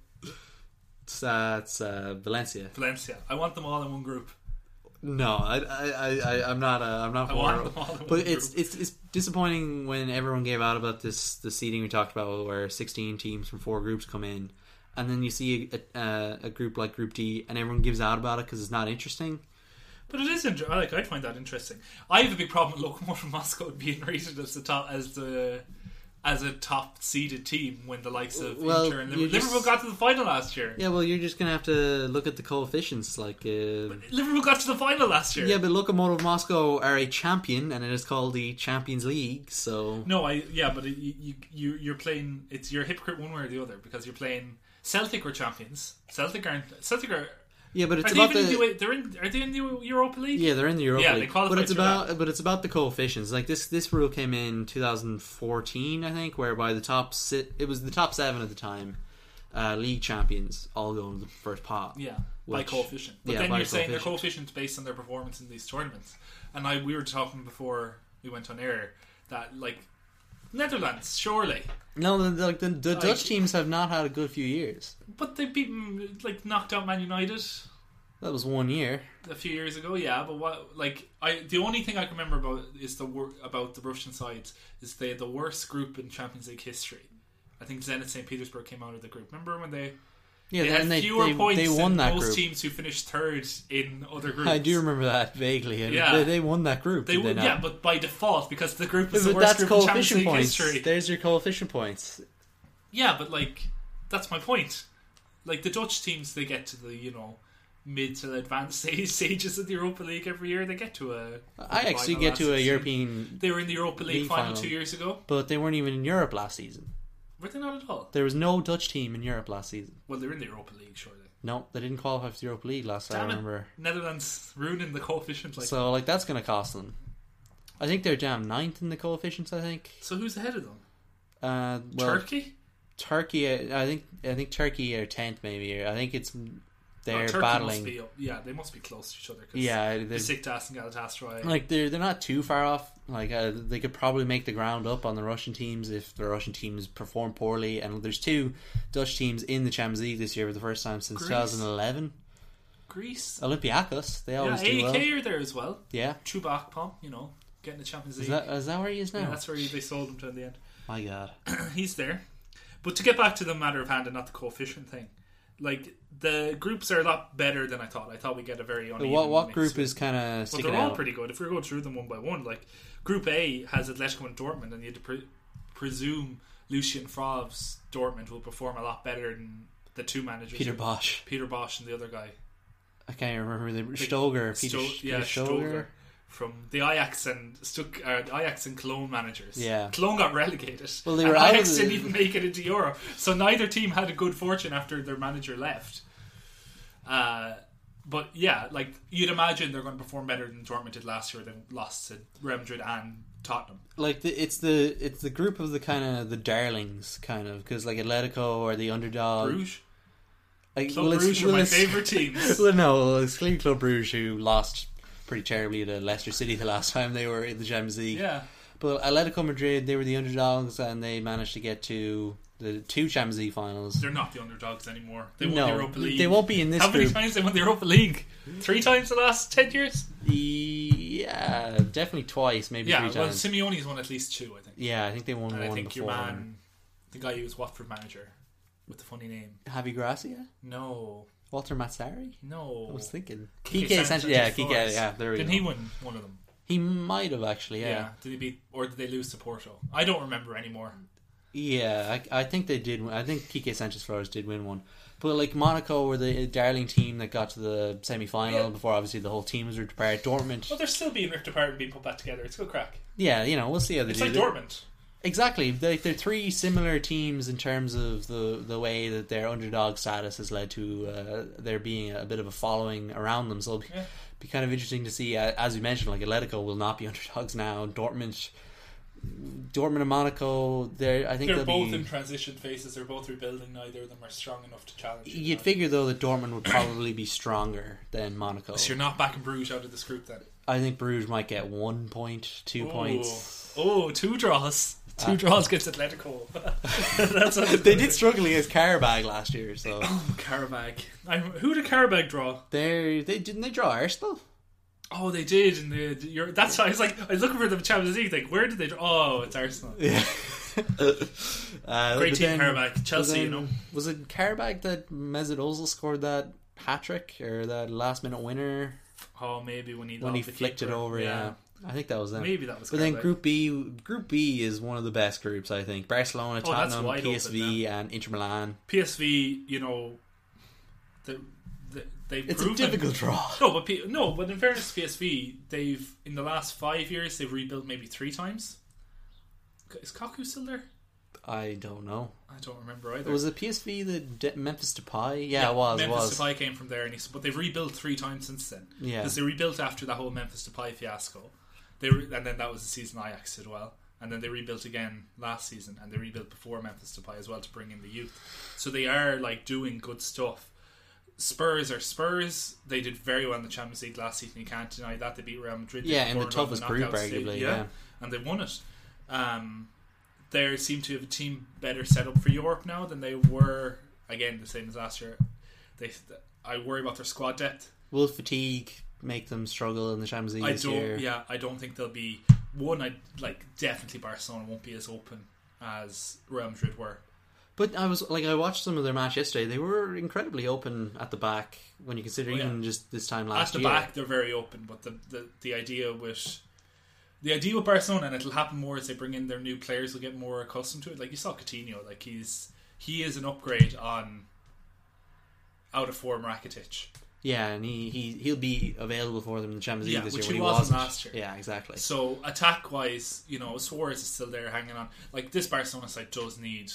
It's, uh, it's uh, Valencia.
Valencia. I want them all in one group.
No, I, I, I- I, I'm not. A, I'm not.
I
for-
want them all in one
but it's,
group.
it's it's disappointing when everyone gave out about this the seating we talked about, where 16 teams from four groups come in, and then you see a, a, a group like Group D, and everyone gives out about it because it's not interesting.
But it is interesting. Like I'd find that interesting. I have a big problem with Lokomotiv Moscow being rated as the top as the as a top seeded team when the likes of
Well,
Inter and
you
Liverpool,
just-
Liverpool got to the final last year.
Yeah, well, you're just gonna have to look at the coefficients, like. Uh,
Liverpool got to the final last year.
yeah, but Lokomotiv Moscow are a champion, and it is called the Champions League. So
No, I yeah, but it, you you- you you're playing. It's you're a hypocrite one way or the other because you're playing Celtic were champions. Celtic aren't. Celtic are.
yeah, but it's
Are they
about
even
the
in the? They're in. Are they in the Europa League?
Yeah, they're in the Europa
Yeah, they
League.
qualified
but it's
for
about but it's about the coefficients. Like this this rule came in 2014, I think, whereby the top si- it was the top 7 at the time. Uh, league champions all go into the first pot.
Yeah, by
Which-
coefficient. But
yeah,
then
by
you're saying their
coefficient.
coefficients based on their performance in these tournaments. And I we were talking before we went on air that like Netherlands surely,
No, the, the, like the, the Dutch
Like-
teams have not had a good few years.
but they beat mm, like knocked out Man United
That was one year.
a few years ago. Yeah, but what like I the only thing I can remember about is the wor- about the Russian sides is they had the worst group in Champions League history. I think Zenit St. Petersburg came out of the group. Remember when they,
Yeah,
they
then
had
they,
fewer
they,
points
they won
than
that
most
group.
teams who finished third in other groups?
I do remember that vaguely. and
Yeah.
they, they won that group.
They
did they
would,
not?
yeah, but by default because the group is
But
the worst
that's
group in Champions
coefficient
League
points.
history.
There's your coefficient points.
Yeah, but like that's my point. Like the Dutch teams, they get to the you know mid to advanced stage- stages of the Europa League every year. They get to a.
I actually
final
get
last
to a
season.
European,
They were in the Europa League,
League
final,
final.
two years ago.
but they weren't even in Europe last season.
Were they not at all?
There was no Dutch team in Europe last season.
Well, they were in the Europa League, surely.
No, they didn't qualify for the Europa League last I
Damn it.
remember.
Netherlands ruining the coefficient. Like so,
So like that's gonna cost them. I think they're down ninth in the coefficients. I think.
who's ahead of them?
Uh, well,
Turkey.
Turkey. uh, I I think. I think Turkey are tenth, maybe. Or I think it's
Oh,
they're
Turkey Must
battling.
be, up- yeah, they must be close to each other. Cause
Yeah, they're,
Besiktas and Galatasaray.
like they're they're not too far off. Like uh, they could probably make the ground up on the Russian teams if the Russian teams perform poorly. And there's two Dutch teams in the Champions League this year for the first time since
Greece.
2011.
Greece.
Olympiacos. They
Yeah,
always oh, do
AEK
well.
are there as well.
Yeah.
Chewbacca pump, you know, getting the Champions League.
Is that, is that where he is now?
Yeah, that's where they sold him to in the end.
My God.
He's there. But to get back to the matter of hand and not the coefficient thing, like the groups are a lot better than I thought. I thought we get a very uneven.
what what
mix
group
here.
is kind of
But
sticking
they're all
out?
pretty good. If we're going through them one by one, like Group A has Atletico and Dortmund, and you'd pre- presume Lucien Favre's Dortmund will perform a lot better than the two managers,
Peter Bosch.
Peter Bosch and the other guy,
I can't even remember the Stoger. Peter,
Sto- yeah,
Peter Stoger.
Stoger from the Ajax and Stuck, uh, the Ajax and Cologne managers.
Yeah.
Cologne got relegated.
Well, they
and
were out of
Ajax
the-
didn't even make it into Europe, so neither team had a good fortune after their manager left. Uh, but yeah, like you'd imagine they're going to perform better than Dortmund did last year. They lost to Real Madrid and Tottenham.
Like the, it's the it's the group of the kind of the darlings kind of because like Atletico or the underdog.
Bruges,
Like,
Club
well, it's-
Bruges are
well,
my
it's-
favorite teams.
well, no, it's clearly Club Bruges who lost pretty terribly to Leicester City the last time they were in the Champions League.
yeah,
But Atletico Madrid, they were the underdogs and they managed to get to the two Champions League finals.
they're not the underdogs anymore. They won
no,
the Europa League.
they won't be in this
How many
group.
times they won the Europa League? Three times the last ten years.
The- Yeah, definitely twice, maybe
Yeah,
three
well,
times.
Simeone's won at least two, I think.
yeah, I think they won
And
one
I think your
before.
man, the guy who was Watford manager, with the funny name.
Javi Gracia,
No,
Walter Mazzari.
no.
I was thinking
Kike
Kike Sanchez. Yeah, Kike.
Flores.
Yeah, there we
Didn't
go.
he win one of them?
He might have actually.
Yeah.
Yeah,
Did he beat or did they lose to Porto? I don't remember anymore.
yeah. I, I think they did. win- I think Kike Sanchez Flores did win one. But like Monaco were the darling team that got to the semi final
Yeah.
before obviously the whole team was ripped apart. Dortmund.
Well, they're still being ripped apart and being put back together. It's good crack.
Yeah, you know we'll see how they
It's
do.
like
They-
Dortmund.
Exactly. They're, they're three similar teams in terms of the, the way that their underdog status has led to uh, there being a bit of a following around them. So it'll be,
Yeah.
be kind of interesting to see. Uh, as we mentioned, like Atletico will not be underdogs now. Dortmund, Dortmund and Monaco, they're I think
They're
they'll
both
be.
in transition phases. They're both rebuilding. Neither of them are strong enough to challenge. each
You'd
other.
figure though that Dortmund would probably be stronger than Monaco.
So you're not backing Bruges out of this group then.
I think Bruges might get one point, two points. Ah.
Oh, two draws. Two draws gets Atletico. That's what
They did struggle against Carabag last year, so
Carabag. I, who did Carabag draw?
they they didn't they draw Arsenal.
Oh, they did. And the, the- you're, that's why I was like, I was looking for the Champions League. Like, where did they? draw? Oh, it's Arsenal.
Yeah. uh,
Great
but
team,
then-
Karabakh.
but
Chelsea, you know.
Was it Karabakh that Mesut Ozil scored that hat trick or that last minute winner
Oh, maybe when he
when
lobbed
he
the
flicked it
keeper.
over? Yeah. I think that was them.
maybe that was.
But then
Karabakh.
Group B, Group B is one of the best groups, I think. Barcelona,
Oh, that's
Tottenham,
wide open
PSV, and Inter Milan.
PSV, you know, the, the, they've
It's a
proven
difficult draw.
No, but P- no, but in fairness, to PSV they've in the last five years they've rebuilt maybe three times. Is Kaku still there?
I don't know.
I don't remember either.
Was it PSV the De- Memphis Depay? Yeah, it was. it was.
Memphis Depay came from there, and he's, but they've rebuilt three times since then.
Yeah.
because they rebuilt after that whole Memphis Depay fiasco. They re- and then that was the season Ajax did well, and then they rebuilt again last season, and they rebuilt before Memphis Depay as well to bring in the youth. So they are like doing good stuff. Spurs are Spurs. They did very well in the Champions League last season. You can't deny that. They beat Real Madrid. They
Yeah,
beat
in the
Bournemouth
toughest
the
group,
knockout stage.
arguably, yeah.
and they won it. Um, they seem to have a team better set up for Europe now than they were. Again, the same as last year. They, I worry about their squad depth.
Will fatigue make them struggle in the Champions League
I
this
don't.
year?
Yeah, I don't think they'll be one. I like definitely Barcelona won't be as open as Real Madrid were.
But I was like, I watched some of their match yesterday. They were incredibly open at the back when you consider
Oh, yeah.
even just this time
At
last
the
year.
back, they're very open, but the, the the idea with the idea with Barcelona, and it'll happen more as they bring in their new players, will get more accustomed to it. Like you saw Coutinho, like he's he is an upgrade on out of form Rakitic.
yeah, and he, he he'll be available for them in the Champions League
Yeah,
this
which
year. when he
he wasn't
wasn't
last year.
Yeah, exactly.
So attack wise, you know, Suarez is still there hanging on. Like this Barcelona side does need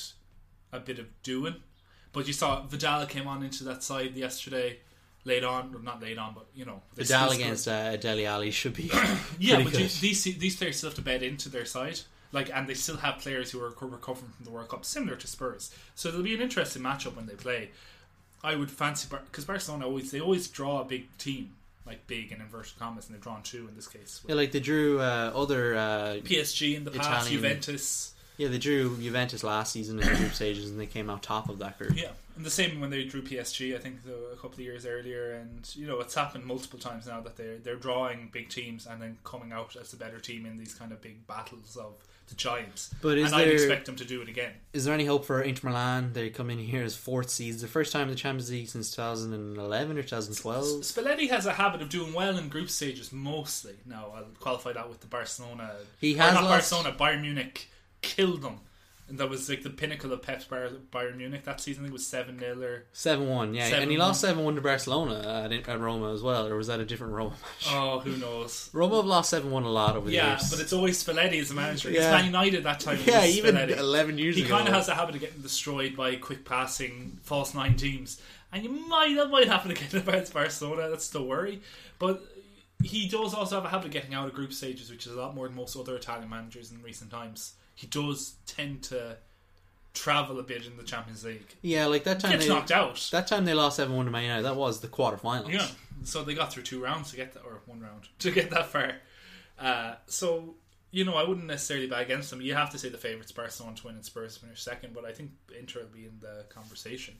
a bit of doing. But you saw Vidal came on into that side yesterday, late on, or not late on, but you know, they
Vidal
still
against
scored.
uh, Deli Ali should be.
yeah,
pretty
but you,
good.
these these players still have to bed into their side, like, and they still have players who are co- recovering from the World Cup, similar to Spurs. So it'll be an interesting matchup when they play. I would fancy because Barcelona always they always draw a big team, like big in inverted commas, and they've drawn two in this case.
yeah, like they drew uh, other. Uh,
PSG in the past,
Italian.
Juventus.
yeah, they drew Juventus last season in the group stages, and they came out top of that group.
Yeah, and the same when they drew PSG, I think the, a couple of years earlier, and you know it's happened multiple times now that they're they're drawing big teams and then coming out as the better team in these kind of big battles of the giants.
But is
and I'd
there-
expect them to do it again.
Is there any hope for Inter Milan? They come in here as fourth seeds, the first time in the Champions League since 2011 or 2012.
Spalletti has a habit of doing well in group stages mostly. Now I'll qualify that with the Barcelona.
He
or
has
not
lost-
Barcelona. Bayern Munich killed them. And that was like the pinnacle of Pep's Bar- Bayern Munich that season. I think it was seven 0 or
Seven one, yeah, and he
7-1.
lost seven one to Barcelona uh, at, at Roma as well, or was that a different Roma match?
oh who knows.
Roma have lost seven one a lot over the
Yeah,
years.
but it's always Spalletti as a manager. It's
Yeah.
Man United that time.
yeah,
was
even
Spalletti.
eleven years
He
ago.
kind of has a habit of getting destroyed by quick passing, false nine teams, and you might that might happen again about Barcelona. That's the worry, but he does also have a habit of getting out of group stages, which is a lot more than most other Italian managers in recent times. He does tend to travel a bit in the Champions League.
yeah, like that time
Gets
they
knocked out.
that time they lost seven one to Man United. That was the quarterfinals.
Yeah. So they got through two rounds to get that, or one round to get that far. Uh, so you know, I wouldn't necessarily bet against them. You have to say the favourites Barcelona to win and Spurs finish second, but I think Inter will be in the conversation.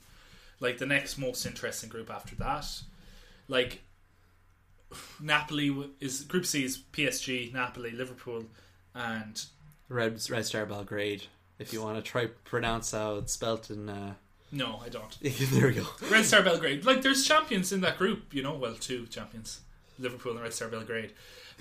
Like the next most interesting group after that, like Napoli w- is Group C is PSG, Napoli, Liverpool, and
Red, Red Star Belgrade. If you want to try pronounce how it's spelt in, uh,
no, I don't.
there we go.
Red Star Belgrade. Like, there's champions in that group, you know. Well, two champions, Liverpool and Red Star Belgrade.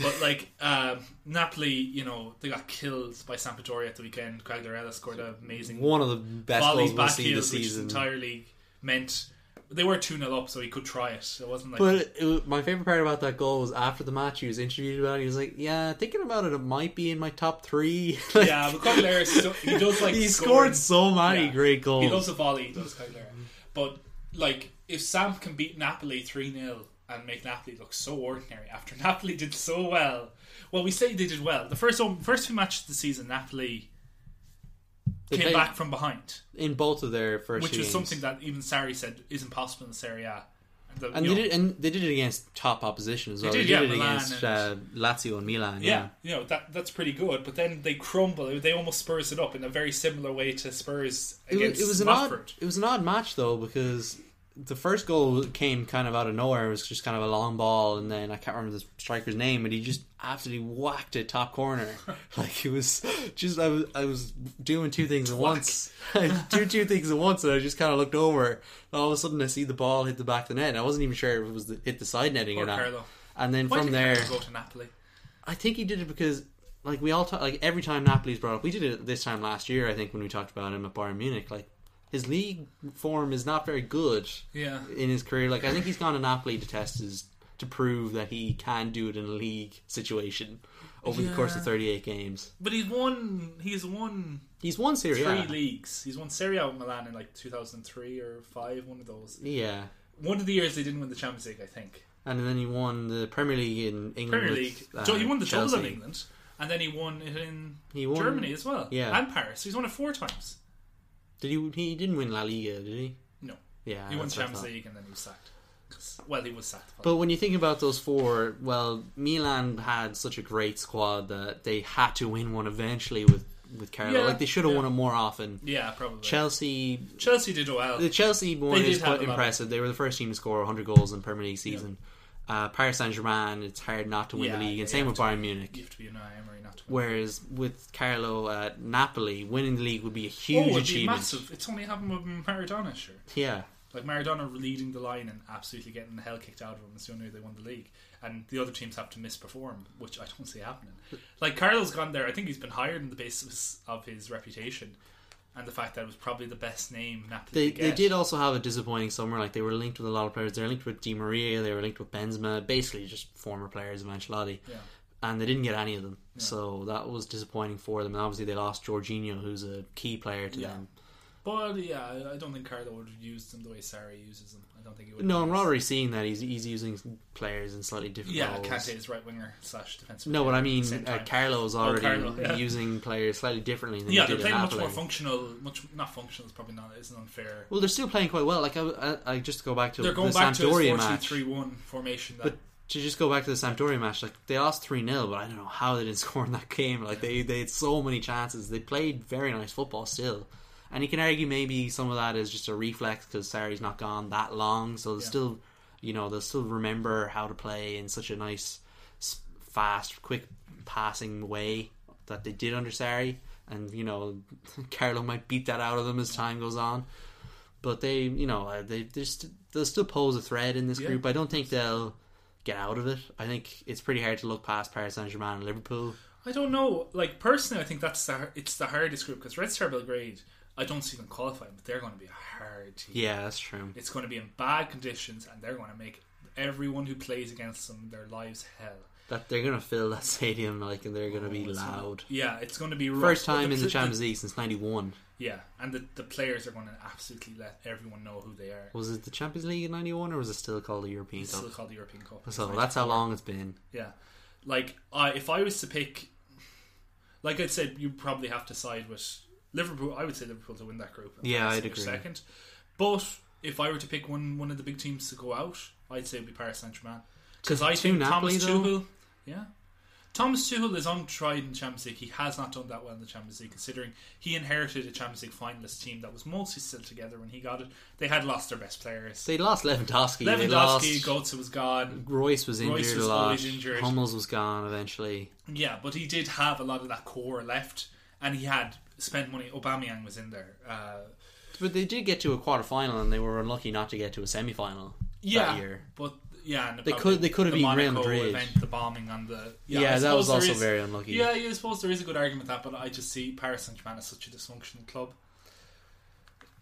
But like um, Napoli, you know, they got killed by Sampdoria at the weekend. Quagliarella scored an amazing
One of the best
volley
goals we'll
back
see
heel,
this
which
season.
entirely meant they were two 0 up, so he could try it. It wasn't like
But it, it, my favorite part about that goal was after the match, he was interviewed about it. He was like, "Yeah, thinking about it, it might be in my top three. Like,
yeah, but Quagliarella so, he does like
he
scoring.
scored so many
Yeah.
great goals.
He loves a volley, he does Kyler. But like if Sam can beat Napoli 3 0 and make Napoli look so ordinary after Napoli did so well. Well, we say they did well. The first one, first two matches of the season, Napoli
They
came
played
back from behind,
in both of their first,
which
two
was
games.
something that even Sarri said isn't possible in the Serie A. And, the-
And
you
they
know,
did, and they did it against top opposition as well.
did,
They did,
yeah,
it
Milan
against uh,
and-
Lazio and Milan. Yeah,
yeah, you know that that's pretty good. But then they crumble. They almost Spurs it up in a very similar way to Spurs
It,
against
was, it was an
Watford.
odd. It was an odd match though because the first goal came kind of out of nowhere. It was just kind of a long ball, and then I can't remember the striker's name, but he just absolutely whacked it top corner. like it was just I was I was doing two things at once. I was doing two things at once, and I just kind of looked over. And all of a sudden, I see the ball hit the back of the net. and I wasn't even sure if it was the, hit the side netting
Poor
or not.
Carlo.
And then
Why
from
did
there,
Carlo go to Napoli?
I think he did it because, like we all talk, like every time Napoli's brought up, we did it this time last year. I think when we talked about him at Bayern Munich, like his league form is not very good
Yeah,
in his career. Like I think he's gone to Napoli to test his to prove that he can do it in a league situation over the course of
Yeah.
thirty eight games.
but he's won. He's won
He's won Serie
three
A.
leagues. He's won Serie A with Milan in like 2003 or five, one of those.
Yeah,
One of the years they didn't win the Champions League, I think.
and then he won the Premier League in England.
Premier
with,
League.
uh,
so he won the
Chelsea.
double in England, and then he won it in
He won-
Germany as well,
yeah.
and Paris. He's won it four times.
Did he? He didn't win La Liga, did he?
No,
Yeah,
he
Ah,
won
that's what I
Champions
thought.
League, and then he was sacked. 'Cause- Well, he was sacked.
But when you think about those four, well, Milan had such a great squad that they had to win one eventually with with Carlo.
Yeah,
like they should have
yeah.
won it more often.
yeah, probably
Chelsea,
Chelsea did well.
the Chelsea one
They did
is
have a
quite
lot of-
impressive. They were the first team to score 100 goals in Premier League season. Uh, Paris Saint Germain, it's hard not to win
Yeah,
the league, and
yeah,
same
you
with
have
Bayern Munich.
You have to be an Emery not to win.
Whereas with Carlo at Napoli, winning the league would be a
Oh,
huge
it'd be
achievement.
massive. It's only happened with Maradona, sure.
Yeah,
Like Maradona leading the line and absolutely getting the hell kicked out of him as soon as they won the league. And the other teams have to misperform, which I don't see happening. Like Carlo's gone there, I think he's been hired on the basis of his reputation and the fact that it was probably the best name Napoli
they
could
they
get.
did also have a disappointing summer. Like they were linked with a lot of players. They were linked with Di Maria. They were linked with Benzema. Basically, just former players of Ancelotti.
Yeah.
and they didn't get any of them. So that was disappointing for them. And obviously, they lost Jorginho, who's a key player to
Yeah.
them.
But yeah, I- I don't think Carlo would have used them the way Sarri uses them. I don't think he would.
No, I'm already seeing that he's he's using players in slightly different
Yeah,
roles.
Kante is right winger slash defensive.
No, but I mean,
Same
uh,
time. Oh,
Carlo's already
Carlo, yeah.
using players slightly differently than
yeah,
he
they're
did in
playing much
Napoli.
more functional. Much not functional is probably not. It's an unfair.
well, they're still playing quite well. Like I, I, I just to go back to
They're going
the
back
Sampdoria
to a
match.
4-2-3-1 formation. That
But to just go back to the Sampdoria match, like they lost three 0 but I don't know how they didn't score in that game. Like they, they had so many chances. They played very nice football still, and you can argue maybe some of that is just a reflex because Sarri's not gone that long, so they'll still, you know, they'll still remember how to play in such a nice, s- fast, quick passing way that they did under Sarri. And you know, Carlo might beat that out of them as time goes on. But they, you know, uh, they they st- they'll still pose a threat in this
Yeah.
group. I don't think they'll get out of it. I think it's pretty hard to look past Paris Saint Germain and Liverpool.
I don't know. Like personally, I think that's the har- it's the hardest group because Red Star Belgrade. I don't see them qualifying, but they're going to be a hard team.
Yeah, that's true.
It's going to be in bad conditions, and they're going to make everyone who plays against them their lives hell.
That they're gonna fill that stadium like, and they're gonna be loud.
Yeah, it's going to be rough.
First
But
time in the
pl-
Champions League since '91.
Yeah, and the, the players are going to absolutely let everyone know who they are.
Was it the Champions League in '91, or was it still called the European
It's still
Cup?
called the European Cup. It's
So
like-
that's how long it's been.
Yeah, like I, if I was to pick, like I said, you probably have to side with Liverpool. I would say Liverpool to win that group. and
Yeah,
Paris
I'd
finish
agree.
Second, but if I were to pick one one of the big teams to go out, I'd say it'd be Paris Saint Germain because I
to
think
Napoli,
Thomas
though?
Tuchel. Yeah, Thomas Tuchel is untried in Champions League. He has not done that well in the Champions League, considering he inherited a Champions League finalist team that was mostly still together when he got it. They had lost their best players.
They lost Lewandowski. they
Lewandowski,
lost,
Goetze was gone.
Royce was injured
Royce was
a lot.
always injured.
Hummels was gone eventually.
Yeah, but he did have a lot of that core left, and he had spent money. Aubameyang was in there. Uh,
But they did get to a quarter final, and they were unlucky not to get to a semi final
yeah,
that year.
but yeah, and
They
about
could-
the-
they could have
the
beaten Real
Monaco
Madrid.
Event, the bombing on the
Yeah,
I
that was
suppose there
also
is-
very unlucky.
Yeah, yeah, I suppose there is a good argument that, but I just see Paris Saint Germain as such a dysfunctional club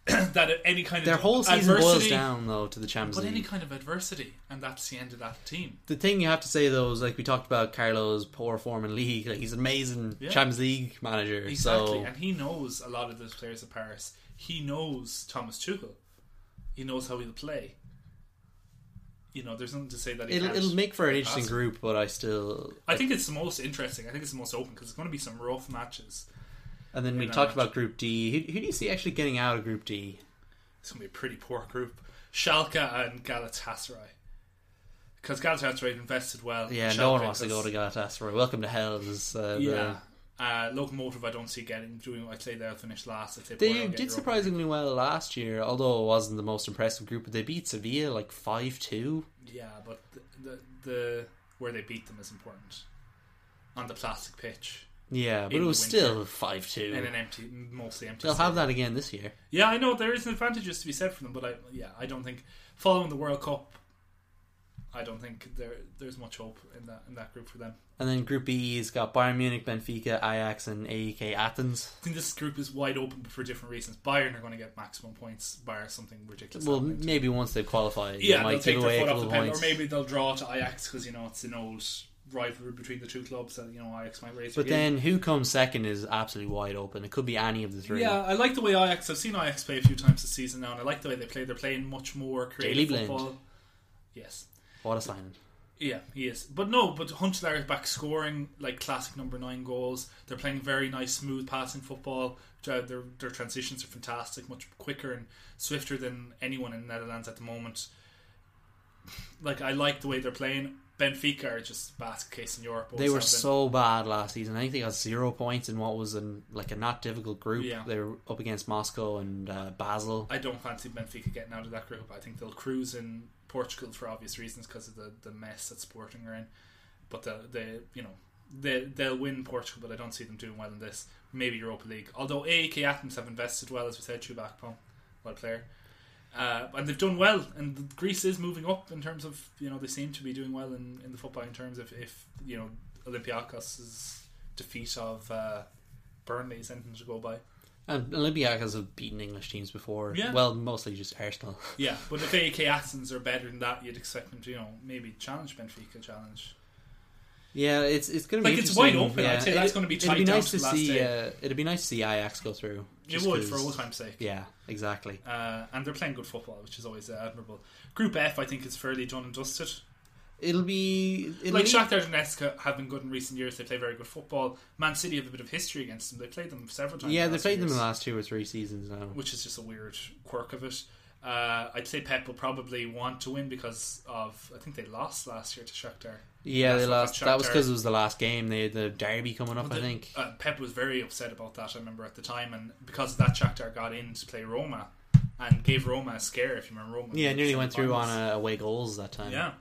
that any kind of
Their whole season boils
adversity,
down though to the Champions
but any
League.
kind of adversity, and that's the end of that team.
the thing you have to say though is like we talked about Carlo's poor form in league. Like he's an amazing
Yeah.
Champions League manager.
Exactly,
So
and he knows a lot of those players at Paris. He knows Thomas Tuchel. He knows how he'll play. You know, there's nothing to say that he
it'll
can't.
it'll make for an interesting
Awesome.
group, but I still
I think it's the most interesting. I think it's the most open because it's going to be some rough matches.
And then we
no,
talked
no.
about Group D. Who, who do you see actually getting out of Group D?
It's going to be a pretty poor group. Schalke and Galatasaray. Because Galatasaray invested well.
Yeah,
Schalke
no one wants to go
does-
to Galatasaray. Welcome to hell. Is, uh, the-
Yeah. Uh, locomotive, I don't see getting doing. I'd say they'll finish last. If they,
They
Porto get
did
Europa.
surprisingly well last year, although it wasn't the most impressive group. But they beat Sevilla like five two.
Yeah, but the, the the where they beat them is important. On the plastic pitch
Yeah, but
In
it
the
was
winter.
still five
in
two.
an empty, mostly empty.
They'll have
stadium.
that again this year.
Yeah, I know there is an advantages to be said for them, but I yeah, I don't think following the World Cup, I don't think there there's much hope in that in that group for them.
And then Group E's got Bayern Munich, Benfica, Ajax, and AEK Athens.
I think this group is wide open but for different reasons. Bayern are going to get maximum points, bar something ridiculous.
Well,
happening.
maybe once they've qualified, they
yeah, they'll
might give
take
away a
their foot off
couple
the
of
pedal, or
points.
maybe they'll draw to Ajax because you know it's an old rivalry between the two clubs that you know Ajax might raise. their
But
game.
then who comes second is absolutely wide open. It could be any of the three.
Yeah, I like the way Ajax. I've seen Ajax play a few times this season now, and I like the way they play. They're playing much more creative
Daily Blind.
football. Yes,
What a signing.
yeah, he is. But no, but Huntelaar is back scoring like classic number nine goals. They're playing very nice, smooth passing football. Uh, Their their transitions are fantastic, much quicker and swifter than anyone in the Netherlands at the moment. Like I like the way they're playing. Benfica are just basket case in Europe.
They
always
were
have been.
so bad last season. I think they got zero points in what was an, like a not difficult group.
Yeah.
They were up against Moscow and uh, Basel.
I don't fancy Benfica getting out of that group. I think they'll cruise in Portugal for obvious reasons because of the, the mess that Sporting are in. But they, they you know, they they'll win Portugal, but I don't see them doing well in this. Maybe Europa League. Although AEK Athens have invested well, as we said, Chubakpom, well player, uh, and they've done well. And Greece is moving up in terms of you know they seem to be doing well in, in the football in terms of if you know Olympiakos's defeat of uh, Burnley is anything to go by.
And Olympiacos have beaten English teams before.
Yeah.
Well, mostly just Arsenal.
Yeah, but if AEK Athens are better than that, you'd expect them to, you know, maybe challenge Benfica, challenge.
yeah, it's it's going to be
Like, it's
interesting.
wide open.
Yeah.
I'd say that's gonna be
it'd
tight
be
down
nice
to
to
the last
see.
day.
Uh, it'd be nice to see Ajax go through.
It
just
would, for
'cause-
all time's sake.
Yeah, exactly.
Uh, and they're playing good football, which is always uh, admirable. Group F, I think, is fairly done and dusted.
It'll be it'll
Like
be-
Shakhtar Donetsk have been good in recent years. They play very good football. Man City have a bit of history against them. They played them several times.
Yeah,
in
they
the last
played
few
them in
years.
the last two or three seasons now.
which is just a weird quirk of it. Uh, I'd say Pep will probably want to win because of I think they lost last year to Shakhtar.
Yeah,
That's
they
what
lost.
Shakhtar-
That was because it was the last game. They had the derby coming up, I
the-
think.
Uh, Pep was very upset about that. I remember at the time, and because of that, Shakhtar got in to play Roma and gave Roma a scare. If you remember Roma,
yeah,
in the
nearly went through on
semi-finals.
uh, away goals that time.
Yeah,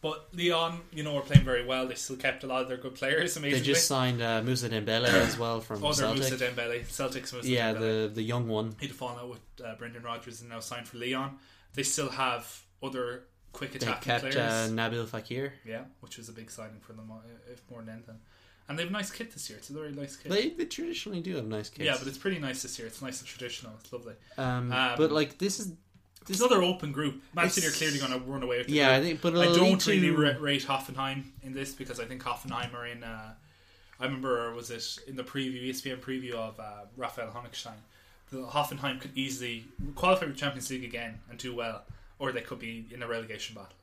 but Leon, you know, were playing very well. They still kept a lot of their good players.
They
Amazingly,
just signed uh, Musa Dembele as well from
other Musa
Celtic.
Dembele, Celtics Musa
yeah,
Dembele.
the the young one.
he'd fallen out with uh, Brendan Rodgers and now signed for Leon. They still have other quick
They
attacking
kept
players.
uh, Nabil Fakir.
yeah, which was a big signing for them, uh, if more than anything. And they have a nice kit this year. It's a very nice kit.
They, they traditionally do have nice kids.
yeah, but it's pretty nice this year. It's nice and traditional. It's lovely.
um,
um,
but like this is
There's another open group. Man City are
It's-
clearly going to run away with the
yeah. I
group.
think, but
I
it'll lead
don't
to,
really ra- rate Hoffenheim in this because I think Hoffenheim are in. Uh, I remember was it in the preview, E ESPN preview of uh, Raphael Honigstein. The Hoffenheim could easily qualify for Champions League again and do well, or they could be in a relegation battle.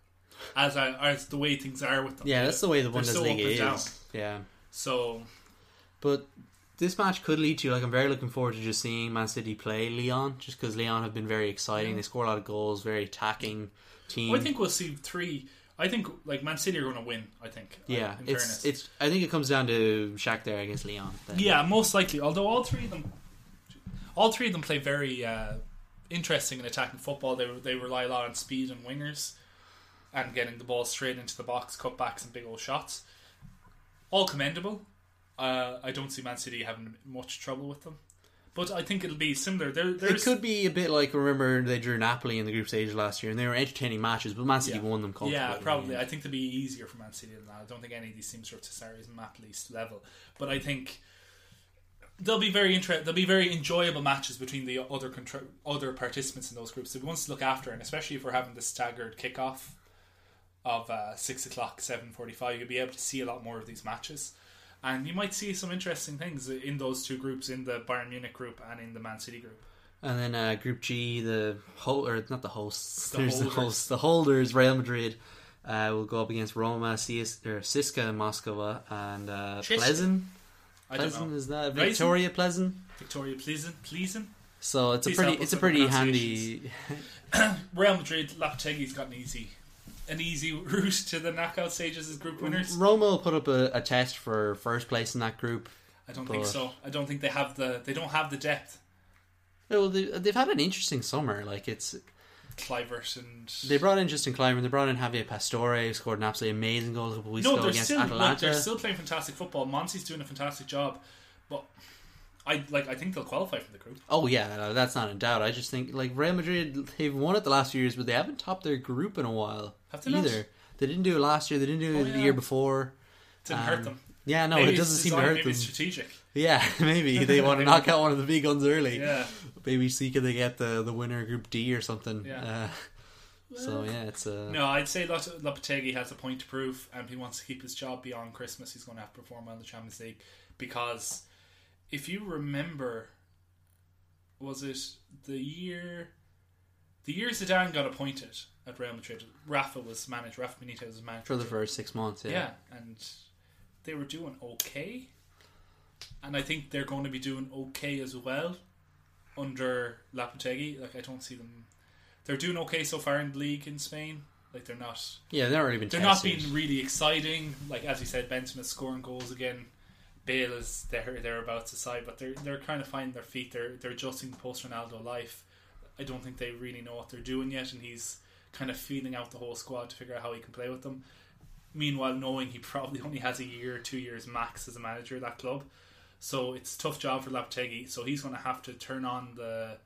As I, as the way things are with them,
yeah, that's the way the
They're so up
Bundesliga
and
is.
down.
Yeah,
So
but this match could lead to like I'm very looking forward to just seeing Man City play Leon, just because Leon have been very exciting. They score a lot of goals, very attacking team.
Well, I think we'll see three. I think like Man City are going to win. I think. uh,
Yeah,
in
it's
fairness.
it's. I think it comes down to Shaq there against Leon. Then.
yeah, most likely. Although all three of them, all three of them play very uh, interesting in attacking football. They they rely a lot on speed and wingers, and getting the ball straight into the box, cutbacks, and big old shots. All commendable. Uh, I don't see Man City having much trouble with them, but I think it'll be similar. There,
It
there's
could be a bit like remember they drew Napoli in the group stage last year, and they were entertaining matches, but Man City
Yeah.
won them comfortably.
Yeah,
in the
probably.
end.
I think they'll be easier for Man City than that. I don't think any of these teams are up to Sarri's map least level. But I think they'll be very inter- They'll be very enjoyable matches between the other contra- other participants in those groups. It'll be ones to look after, and especially if we're having the staggered kickoff of uh, six o'clock, seven forty-five, you'll be able to see a lot more of these matches. And you might see some interesting things in those two groups, in the Bayern Munich group and in the Man City group.
And then uh, Group G, the ho- or not the hosts,
The
there's
holders.
the hosts, the holders, Real Madrid, uh, will go up against Roma, CS- or Siska, Moscow, and uh,
Chisca.
Pleasant.
I don't
Pleasant
know.
is that
Raisin?
Victoria Pleasant?
Victoria Pleasant, Pleasant.
So it's
Please
a
help
pretty,
us
it's a
with
pretty
the
handy.
Real Madrid, Lopetegui's got an easy, an easy route to the knockout stages as group winners.
Roma will put up a, a test for first place in that group.
I don't think
But-
so. I don't think they have the. They don't have the depth.
Well, they, they've had an interesting summer. Like it's,
Clivert and
they brought in Justin Kleiman, they brought in Javier Pastore, who scored an absolutely amazing goal a couple weeks
no,
ago
they're
against
still
Atalanta.
look, they're still playing fantastic football. Monty's doing a fantastic job, but I like. I think they'll qualify for the group.
Oh yeah, no, that's not in doubt. I just think like Real Madrid, they've won it the last few years, but they haven't topped their group in a while
Have they not?
either. They didn't do it last year. They didn't do it
Oh,
the
yeah.
year before.
Didn't
Um,
hurt them.
Yeah, no,
Maybe
it
it's
doesn't seem to
design,
hurt
maybe
them.
It's strategic.
Yeah, maybe they want to knock out one of the big ones early.
Yeah,
Maybe see could they get the the winner of Group D or something.
Yeah.
Uh, so yeah, it's uh,
no, I'd say Lot- Lopetegui has a point to prove, and if he wants to keep his job beyond Christmas, he's going to have to perform well in the Champions League because if you remember, was it the year the year Zidane got appointed at Real Madrid? Rafa was managed. Rafa Benitez was managed
for the first six months. Yeah.
yeah, and they were doing okay, and I think they're going to be doing okay as well under Lopetegui. Like I don't see them. They're doing okay so far in the league in Spain. Like they're not.
yeah, they're already been
They're not
tested.
being really exciting. Like as you said, Benzema scoring goals again. Bale is there thereabouts aside, but they're they're kind of finding their feet. They're they're adjusting post Ronaldo life. I don't think they really know what they're doing yet, and he's kind of feeling out the whole squad to figure out how he can play with them. Meanwhile, knowing he probably only has a year, two years max as a manager of that club, so it's a tough job for Lopetegui. So he's going to have to turn on the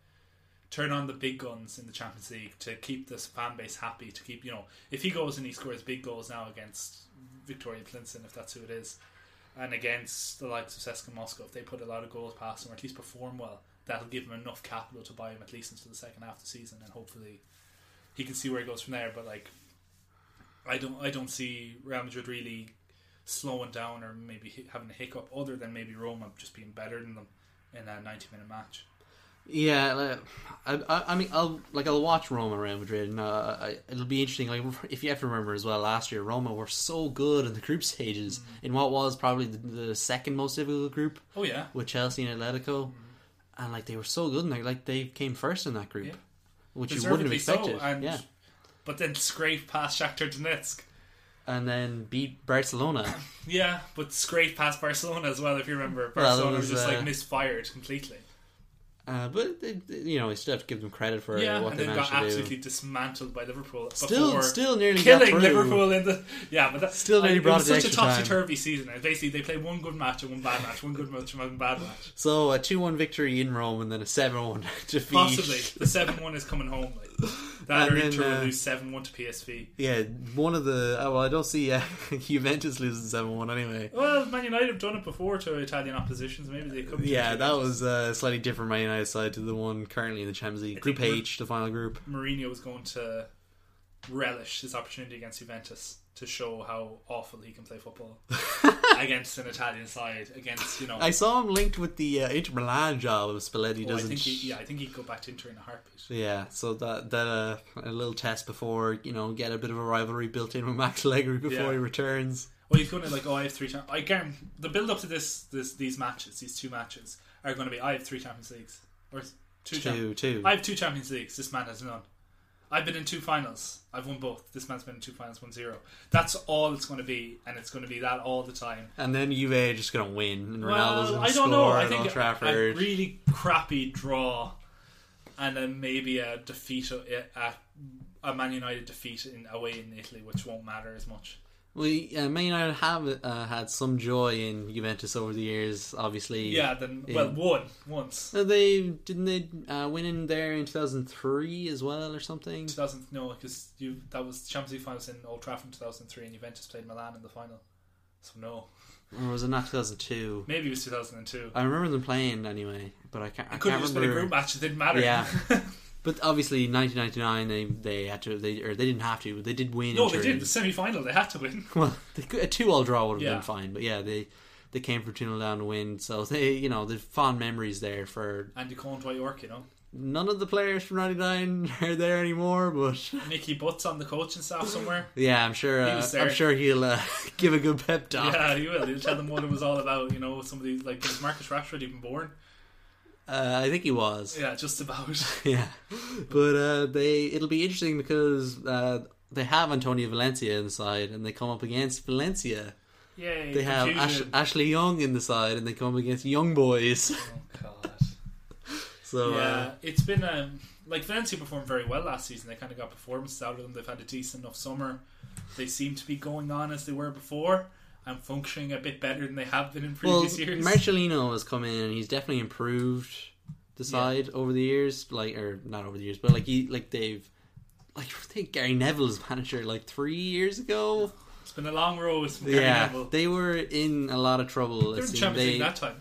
turn on the big guns in the Champions League to keep this fan base happy. To keep you know, if he goes and he scores big goals now against Victoria Plinson, if that's who it is, and against the likes of Seska Moscow, if they put a lot of goals past him or at least perform well, that'll give him enough capital to buy him at least into the second half of the season, and hopefully he can see where he goes from there. But like, I don't, I don't see Real Madrid really slowing down or maybe hi- having a hiccup other than maybe Roma just being better than them in a ninety-minute match.
Yeah, like, I, I, I mean, I'll like I'll watch Roma Real Madrid, and uh, I, it'll be interesting. Like if you have to remember as well, last year Roma were so good in the group stages
Mm-hmm.
in what was probably the, the second most difficult group
Oh yeah.
with Chelsea and Atletico, and like they were so good, and they, like they came first in that group,
Yeah.
which you wouldn't have
Deservedly
expected.
so, and
yeah,
but then scrape past Shakhtar Donetsk.
and then beat Barcelona.
Yeah, but scrape past Barcelona as well. If you remember,
Well, that
Barcelona was,
was,
just
uh,
like misfired completely.
Uh, but they, they- you know, you still have to give them credit for
Yeah,
what
and
they
then
managed
got
to
absolutely
do.
dismantled by Liverpool.
Still,
before
still nearly got
killing
through.
Liverpool in the yeah, but that,
Still nearly
it
brought
was
it to
such a
extra time.
topsy turvy season. And basically, they play one good match and one bad match, one good match and one bad match.
So a two-one victory in Rome, and then a seven-one defeat.
Possibly the seven one is coming home. Like
And
that, or
then,
Inter
uh,
will lose seven one to PSV.
Yeah, one of the. Oh, well, I don't see uh, Juventus losing seven one anyway.
Well, Man United have done it before to Italian oppositions. Maybe they could. do it
Yeah,
again.
that was uh, slightly different Man United side to the one currently in the Champions League. Group
think we're-
H, the final group.
Mourinho was going to relish his opportunity against Juventus to show how awful he can play football against an Italian side. Against you know,
I saw him linked with the uh, Inter Milan job. If Spalletti
oh, I
doesn't.
think he, yeah, I think he'd go back to Inter in a heartbeat.
Yeah, so that that uh, a little test before you know get a bit of a rivalry built in with Max Allegri before
Yeah.
he returns.
Well, he's going to like, oh, I have three. Champ-. I can the build up to this, this, these matches, these two matches are going to be. I have three Champions Leagues or two.
Two,
Champions.
two.
I have two Champions Leagues. This man has none. I've been in two finals. I've won both. This man's been in two finals, one zero. That's all it's going to be, and it's going to be that all the time.
And then UVA are just going to win, and Ronaldo's
Well,
going
I
to score
don't know. I
at Old
think a,
Trafford.
a really crappy draw, and then maybe a defeat a- a, a Man United defeat in, away in Italy, which won't matter as much.
We uh, Man United have uh, had some joy in Juventus over the years. Obviously,
Yeah, then
Yeah.
well, one once.
Uh, They didn't they uh, win in there in two thousand three as well or something.
2000 no because you that was Champions League finals in Old Trafford in 2003 and Juventus played Milan in the final so no
Or was it not two thousand two?
maybe it was 2002
I remember them playing anyway, but I can't. I,
it could
can't
have just been a
remember.
group match it didn't matter
Yeah. But obviously, nineteen ninety nine, they they had to they or they didn't have to. but They did win.
no
in
they
Turin.
did the semi-final they had to win
Well, they could, a two all draw would have
Yeah.
been fine, but yeah, they they came from two 0 down to win. So they you know there's fond memories there for
Andy Cohen Dwight York you know
none of the players from ninety nine are there anymore, but.
Nicky Butts on the coaching staff somewhere
Yeah, I'm sure. Uh,
was there.
I'm sure he'll uh, give a good pep talk.
yeah he will he'll tell them what it was all about you know somebody like was Marcus Rashford even born
Uh, I think he was.
yeah just about
Yeah, but uh, they it'll be interesting because uh, they have Antonio Valencia in the side, and they come up against Valencia.
yay
They have Ash-
confusion.
Ashley Young in the side, and they come up against Young Boys.
oh god
So
Yeah,
uh,
it's been um, like Valencia performed very well last season. They kind of got performances out of them. They've had a decent enough summer. They seem to be going on as they were before and functioning a bit better than they have been in
well,
previous years.
Marcelino has come in, and he's definitely improved the side over the years. Like, or not over the years, but like he, like they've, like I think Gary Neville's manager like three years ago.
it's been a long road. From Gary
Yeah,
Neville.
they were in a lot of trouble. it
They were in
seemed.
Champions
they,
League that time.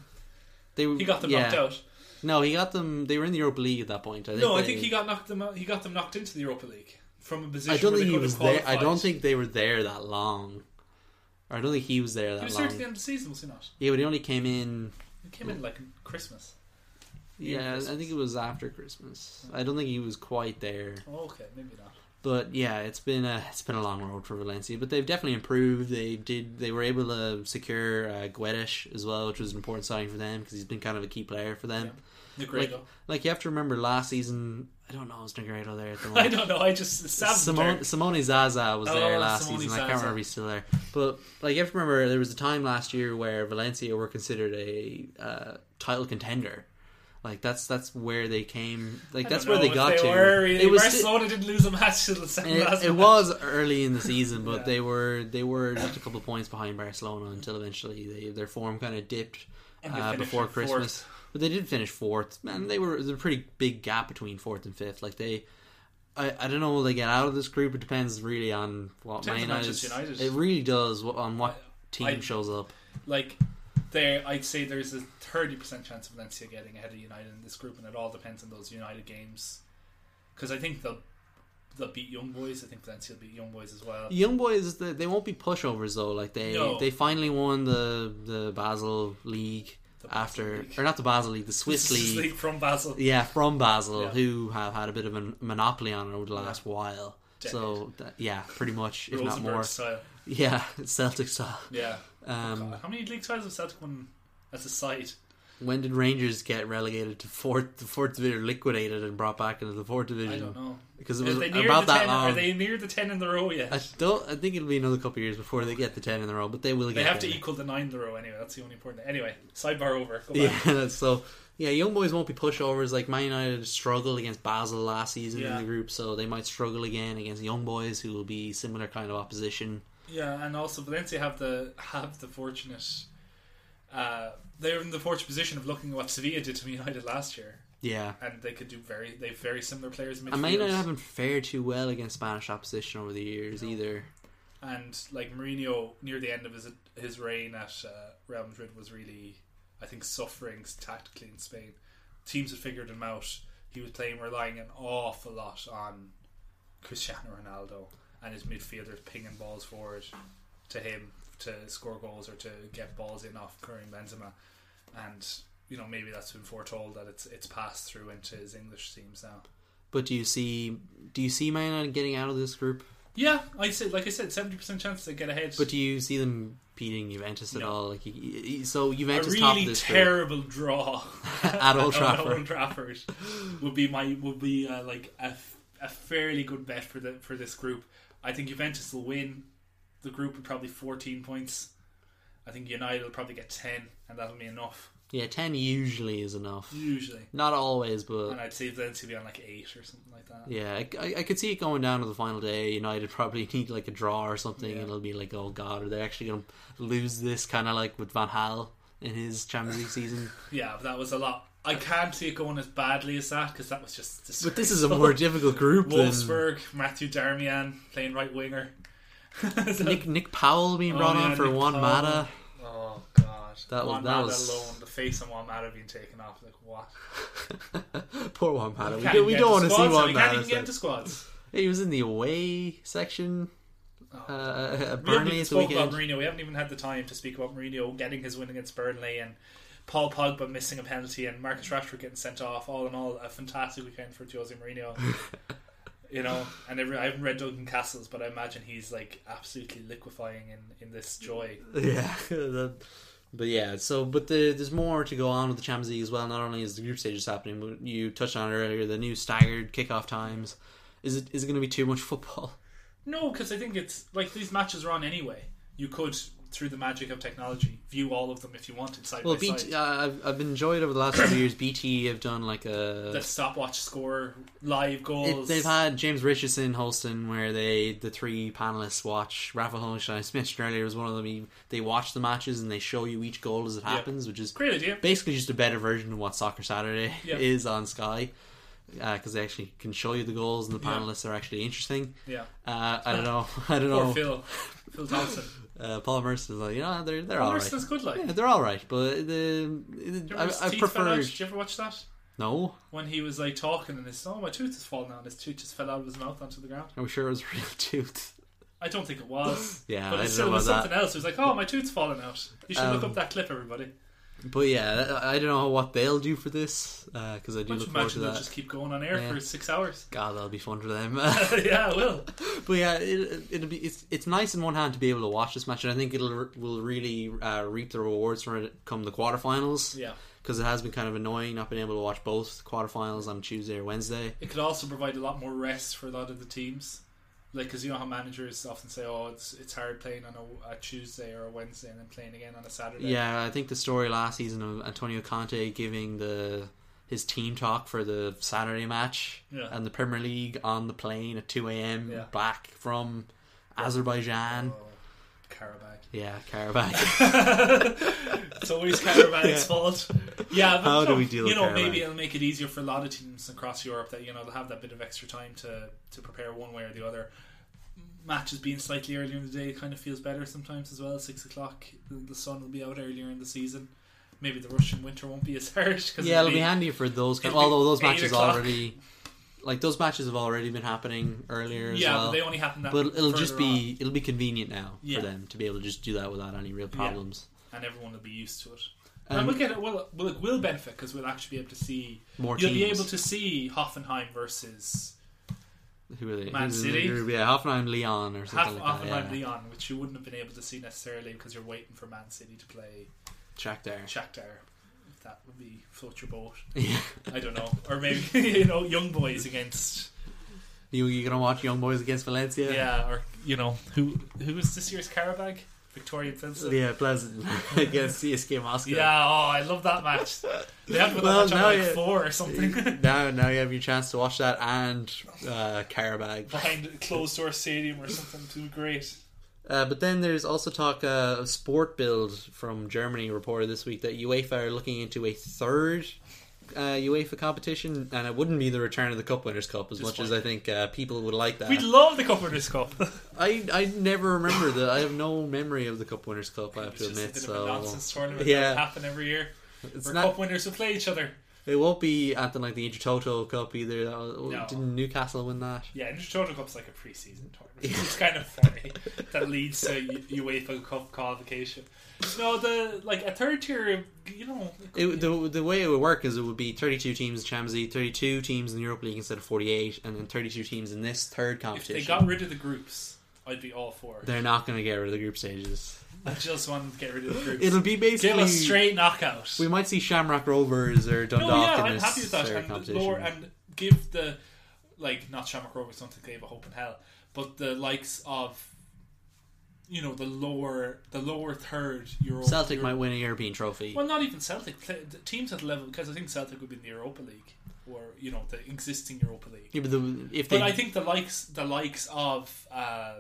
they were-
He got them
yeah.
knocked out.
No, he got them. They were in the Europa League at that point. I think
No, I
they-
think he got knocked them. Out, he got them knocked into the Europa League from a position.
I don't
where
think
they
he
could
was
have
there. I
qualified.
don't think they were there that long. Or I don't think he was there
he
that
was there
long.
to the end of the season. Was he not?
Yeah, but he only came in.
He came in like Christmas.
Yeah,
Yeah,
I
Christmas.
think it was after Christmas. I don't think he was quite there.
Oh, okay, maybe not.
But yeah, it's been a it's been a long road for Valencia, but they've definitely improved. They did they were able to secure uh, Guedes as well, which was an important signing for them because he's been kind of a key player for them.
Negredo.
Like, like you have to remember last season. I don't know. Was Negredo there at the
I
moment?
don't know. I just Sam's
Simone,
there.
Simone Zaza was there
Oh,
last
Simone
season. I can't
Zaza.
remember if he's still there. But like you have to remember, there was a time last year where Valencia were considered a uh, title contender. Like that's that's where they came. Like
I
that's
don't
where they
know if
got to.
Were,
it was sti-
Barcelona didn't lose a match till the second
it,
last.
it
match.
was early in the season, but
Yeah.
they were they were just a couple of points behind Barcelona until eventually they, their form kind of dipped
And they
uh,
finished
before
fourth.
Christmas. But they did finish fourth, and they were there's a pretty big gap between fourth and fifth. Like they, I, I don't know, will they get out of this group? It depends really on what
Depends
Man
on
United.
Manchester United.
It really does wh- on what team
I-
shows up.
like there. I'd say there's a thirty percent chance of Valencia getting ahead of United in this group, and it all depends on those United games. Because I think they'll they'll beat Young Boys. I think Valencia will beat Young Boys as well.
Young boys, they, they won't be pushovers though. Like they,
No.
they finally won the the Basel League
The Basel
after,
League.
or not the Basel League, the Swiss
This is
League.
league from Basel.
Yeah, from Basel,
Yeah.
who have had a bit of a monopoly on it over the last while.
Decade.
So that, yeah, pretty much, if not
Rosenborg
more.
style.
Yeah, Celtic style.
Yeah.
Um,
God, how many league titles have Celtic won as a side?
when did Rangers get relegated to fourth? The fourth division liquidated and brought back into the fourth division.
I don't know.
Because it
Are
was
they near
about
the
that
10,
long.
Are they near the ten in the row yet?
I don't. I think it'll be another couple of years before they get the ten in the row, but they will
they
get.
have to
there.
equal the nine in the row anyway. That's the only important. Thing. Anyway, sidebar over. Go back.
Yeah, so yeah, young boys won't be pushovers. Like Man United struggled against Basel last season in
Yeah.
the group, so they might struggle again against young boys who will be similar kind of opposition.
Yeah, and also Valencia have the have the fortunate. Uh, they're in the fortunate position of looking at what Sevilla did to Man United last year,
Yeah,
and they could do very they have very similar players in midfield.
And Man United haven't fared too well against Spanish opposition over the years either.
and like Mourinho near the end of his his reign at uh, Real Madrid was really, I think, suffering tactically in Spain. Teams had figured him out. He was playing relying an awful lot on Cristiano Ronaldo and his midfielders pinging balls forward to him to score goals or to get balls in off Karim Benzema, and you know maybe that's been foretold that it's it's passed through into his English teams now.
But do you see do you see Man United getting out of this group?
Yeah, I said like I said, seventy percent chance to get ahead.
But do you see them beating Juventus at
No.
all? Like y- y- so,
a
Juventus top
really
this group
terrible draw
at Old
at
Trafford.
Old Trafford would be my would be uh, like a, f- a fairly good bet for the for this group. I think Juventus will win the group with probably 14 points. I think United will probably get 10, and that'll be enough
Yeah, ten usually is enough.
usually.
Not always, but
And I'd say Valencia will be on like eight or something like that.
Yeah, I- I, I could see it going down to the final day. United probably need like a draw or something, and it'll be like, oh god, are they actually going to lose this? Kind of like with Van Hal in his Champions League season.
Yeah, but that was a lot. I can't see it going as badly as that because that was just.
But this is a more difficult group than
Wolfsburg, Matthew Darmian playing right winger. So-
Nick Nick Powell being
Oh,
brought
yeah,
on for
Nick
one
Powell.
Mata.
Oh God,
That was-
Juan
that
Mata
was-
alone. The face on Juan Mata being taken off. Like what?
Poor one Mata. We,
Can't
do,
even
we
get
don't want
into
to see
squads,
one
We can't
Mata.
even get into
so-
squads.
He was in the away section. Uh, at
Oh. We haven't
Burnley
even
at the
spoke
weekend.
about Mourinho. We haven't even had the time to speak about Mourinho getting his win against Burnley and Paul Pogba missing a penalty and Marcus Rashford getting sent off. All in all, a fantastic weekend for Jose Mourinho. you know, and every, I haven't read Duncan Castles, but I imagine he's like absolutely liquefying in, in this joy.
Yeah, that- but yeah. So, but the, there's more to go on with the Champions League as well. Not only is the group stage is happening, but you touched on it earlier the new staggered kickoff times. Is it is it going to be too much football?
No, because I think it's like these matches are on anyway. You could, through the magic of technology, view all of them if you wanted side
Well,
by
BT,
side.
uh, I've I've enjoyed over the last few years. BT have done like a
The stopwatch score, live
uh, it,
goals.
they've had James Richardson Holston where they the three panelists watch Rafa Holstein. I mentioned earlier was one of them. He, they watch the matches and they show you each goal as it happens, which is
Great idea.
basically just a better version of what Soccer Saturday
Yeah.
is on Sky because they actually can show you the goals and the
Yeah.
panelists are actually interesting.
Yeah.
Uh, I don't know. I don't
Or
know.
Phil. Phil Thompson.
Uh, Paul Merson is like, you know, they're they're all right.
Arsenal's good, like.
Yeah, they're all right, but the,
Do you remember
I, I
his teeth fell out?
prefer
Did you ever watch that?
no.
When he was like talking and his oh my tooth has fallen out and his tooth just fell out of his mouth onto the ground.
I'm sure it was real tooth.
I don't think it was.
Yeah,
but
I
it
don't
still
know
was
about
something else. It was like, Oh my tooth's fallen out. You should look
Um,
up that clip everybody.
But yeah, I I don't know what they'll do for this because I do
Don't you
look forward to
imagine they'll
that.
just keep going on air
Yeah.
for six hours?
God, that'll be fun for them.
yeah, it will.
But yeah, it, it'll be it's it's nice in one hand to be able to watch this match, and I think it'll will really uh, reap the rewards for it come the quarterfinals.
Yeah.
because it has been kind of annoying not being able to watch both quarterfinals on Tuesday or Wednesday.
It could also provide a lot more rest for a lot of the teams. Like, because you know how managers often say, oh, it's, it's hard playing on a, a Tuesday or a Wednesday and then playing again on a Saturday.
Yeah, I think the story last season of Antonio Conte giving the his team talk for the Saturday match
Yeah.
and the Premier League on the plane at two a.m.
Yeah.
back from Azerbaijan.
Oh, Karabakh.
Yeah, Karabakh.
It's always Caravan's fault. Yeah, but
How
you
do
know,
we deal
You
with
know,
Caravan?
maybe it'll make it easier for a lot of teams across Europe that you know they'll have that bit of extra time to to prepare one way or the other. Matches being slightly earlier in the day kind of feels better sometimes as well. Six o'clock, the, the sun will be out earlier in the season. Maybe the Russian winter won't be as hard. 'cause
Yeah, it'll be handy for those. Kind
it'll be
although those
eight
matches
o'clock.
already, like those matches have already been happening earlier as
Yeah,
well.
but they only happen that.
But it'll
further
just
on,
be it'll be convenient now
Yeah.
for them to be able to just do that without any real problems.
and everyone will be used to it.
Um,
and we'll get it. We'll, we'll, we'll benefit because we'll actually be able to see.
More
you'll be
teams.
able to see Hoffenheim versus
Who are they?
Man
Who's-
City?
yeah, Hoffenheim, Leon, or
half
something like
off
that.
and
Yeah.
Leon, which you wouldn't have been able to see necessarily because you're waiting for Man City to play
Shakhtar.
Shakhtar. If that would be float your boat,
Yeah.
I don't know, or maybe you know, young boys against
you you gonna watch Young Boys against Valencia?
yeah, or you know, who who was this year's Carabag? Victoria Pilsen.
yeah, Pleasant against CSK Moscow.
Yeah, oh, I love that match. They had to put that
Well,
match on
now
like
you-
four or something
Now, now you have your chance to watch that and uh, Carabag.
behind a closed door stadium or something. Too great.
Uh, but then there's also talk uh, of Sport Build from Germany reported this week that UEFA are looking into a third uh, UEFA competition, and it wouldn't be the return of the Cup Winners' Cup as much as I think uh, people would like that.
We love the Cup Winners' Cup.
I I never remember that. I have no memory of the Cup Winners' Cup. I have
It's
to
just a
admit,
bit of a
so uh,
nonsense tournament
Yeah.
that happen every year.
it's
Where
not.
Cup winners will play each other.
It won't be at the, like the Intertoto Cup either. That was,
No.
Didn't Newcastle win that?
Yeah, Intertoto Cup's like a preseason tournament. It's kind of funny that leads to U- UEFA Cup qualification. No, the like a third tier, you know,
It, the, the way it would work is it would be 32 teams in Champions League, 32 teams in the Europa League instead of 48, and then 32 teams in this third
if
competition.
they got rid of the groups, I'd be all for it.
They're not going to get rid of the group stages.
I just wanted to get rid of the groups.
It'll be
Give
basically
us straight knockout.
we might see Shamrock Rovers or
no,
Dundalk
yeah,
in
I'm
this
happy with that.
third
And,
competition.
lower, and give the like not Shamrock Rovers don't think they have a hope in hell, but the likes of you know the lower the lower third Euro
Celtic
Euro-
might win a European trophy.
well, not even Celtic play, the teams at the level because I think Celtic would be in the Europa League or you know the existing Europa League.
yeah, but the, if they
But I think the likes the likes of uh,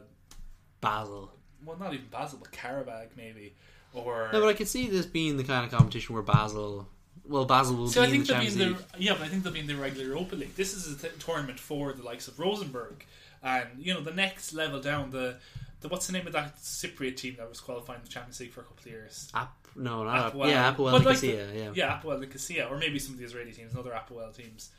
Basel.
well, not even Basel, but Karabag maybe, or
No, but I could see this being the kind of competition where Basel, well, Basel will
So
be
I
in
think
the
they'll be
Champions
in the
League.
yeah, but I think they'll be in the regular Europa League. This is a th- tournament for the likes of Rosenborg, and you know the next level down. The, the what's the name of that Cypriot team that was qualifying the Champions League for a couple of years?
Ap- no, not Ap-
Apoel.
yeah, Apoel
But
and
like
Nicosia,
the-
yeah.
yeah, Apoel Nicosia, or maybe some of the Israeli teams, other Apoel teams,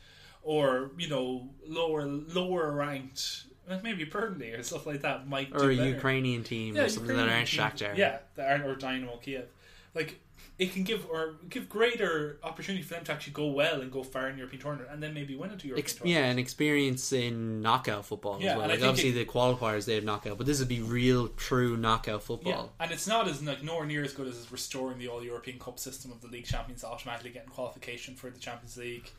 or you know lower lower ranked, like maybe Burnley or stuff like that might
or a
do better.
Ukrainian team or something
Ukrainian
that aren't
team.
Shakhtar.
Yeah, that aren't or Dynamo Kiev. Like it can give or give greater opportunity for them to actually go well and go far in European tournament, and then maybe win it to European
Ex- yeah,
tournament.
and experience in knockout football
Yeah,
as well.
and I
Like
think
obviously the qualifiers they have knockout, but this would be real, true knockout football.
and it's not as like nowhere near as good as restoring the all European Cup system of the league champions automatically getting qualification for the Champions League.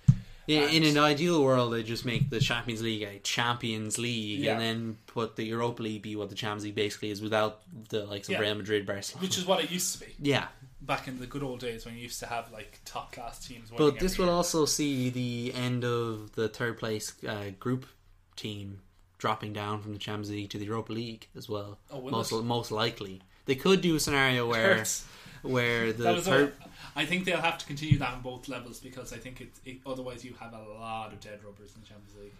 Yeah, in
And-
an ideal world, they just make the Champions League a Champions League,
Yeah.
and then put the Europa League be what the Champions League basically is without the likes of
Yeah.
Real Madrid, Barcelona.
Which is what it used to be
yeah,
back in the good old days when you used to have like top class teams. winning
but this
every
will
year.
also see the end of the third place uh, group team dropping down from the Champions League to the Europa League as well.
Oh, will
most
it?
most likely, they could do a scenario where
Hurts.
where the
That was
third.
all- I think they'll have to continue that on both levels because I think it, it otherwise you have a lot of dead rubbers in the Champions League.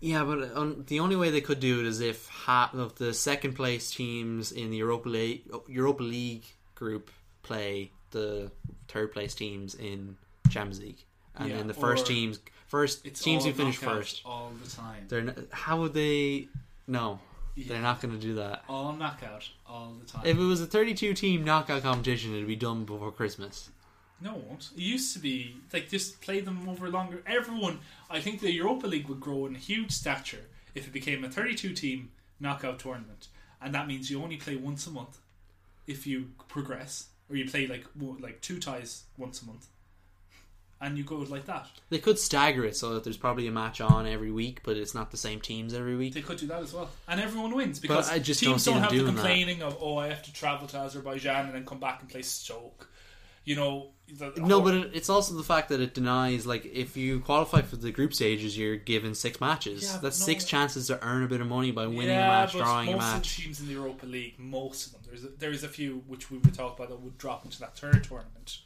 Yeah, but on, the only way they could do it is if half of the second place teams in the Europa League, Europa League group play the third place teams in Champions League, and
Yeah,
then the first
or
teams, first
It's
teams
all
who finish
knockout
first,
all the time.
they're n- how would they? No,
Yeah.
they're not going to do that.
all knockout all the time.
If it was a 32 team knockout competition, it'd be done before Christmas.
no, it won't. It used to be like just play them over longer. Everyone, I think the Europa League would grow in huge stature if it became a 32 team knockout tournament, and that means you only play once a month if you progress, or you play like wo- like two ties once a month, and you go like that.
They could stagger it so that there's probably a match on every week, but it's not the same teams every week.
They could do that as well, and everyone wins because
I just don't
teams
see
don't,
them
have the
doing that.
complaining of oh I have to travel to Azerbaijan and then come back and play Stoke. You know, the,
No, but it, it's also the fact that it denies like if you qualify for the group stages, you're given six matches.
Yeah, but
That's
no-
six chances to earn a bit of money by winning
yeah,
a match,
but
drawing a
most
match.
of the teams in the Europa League, most of them, there's a, there is a few which we were talking about that would drop into that third tournament.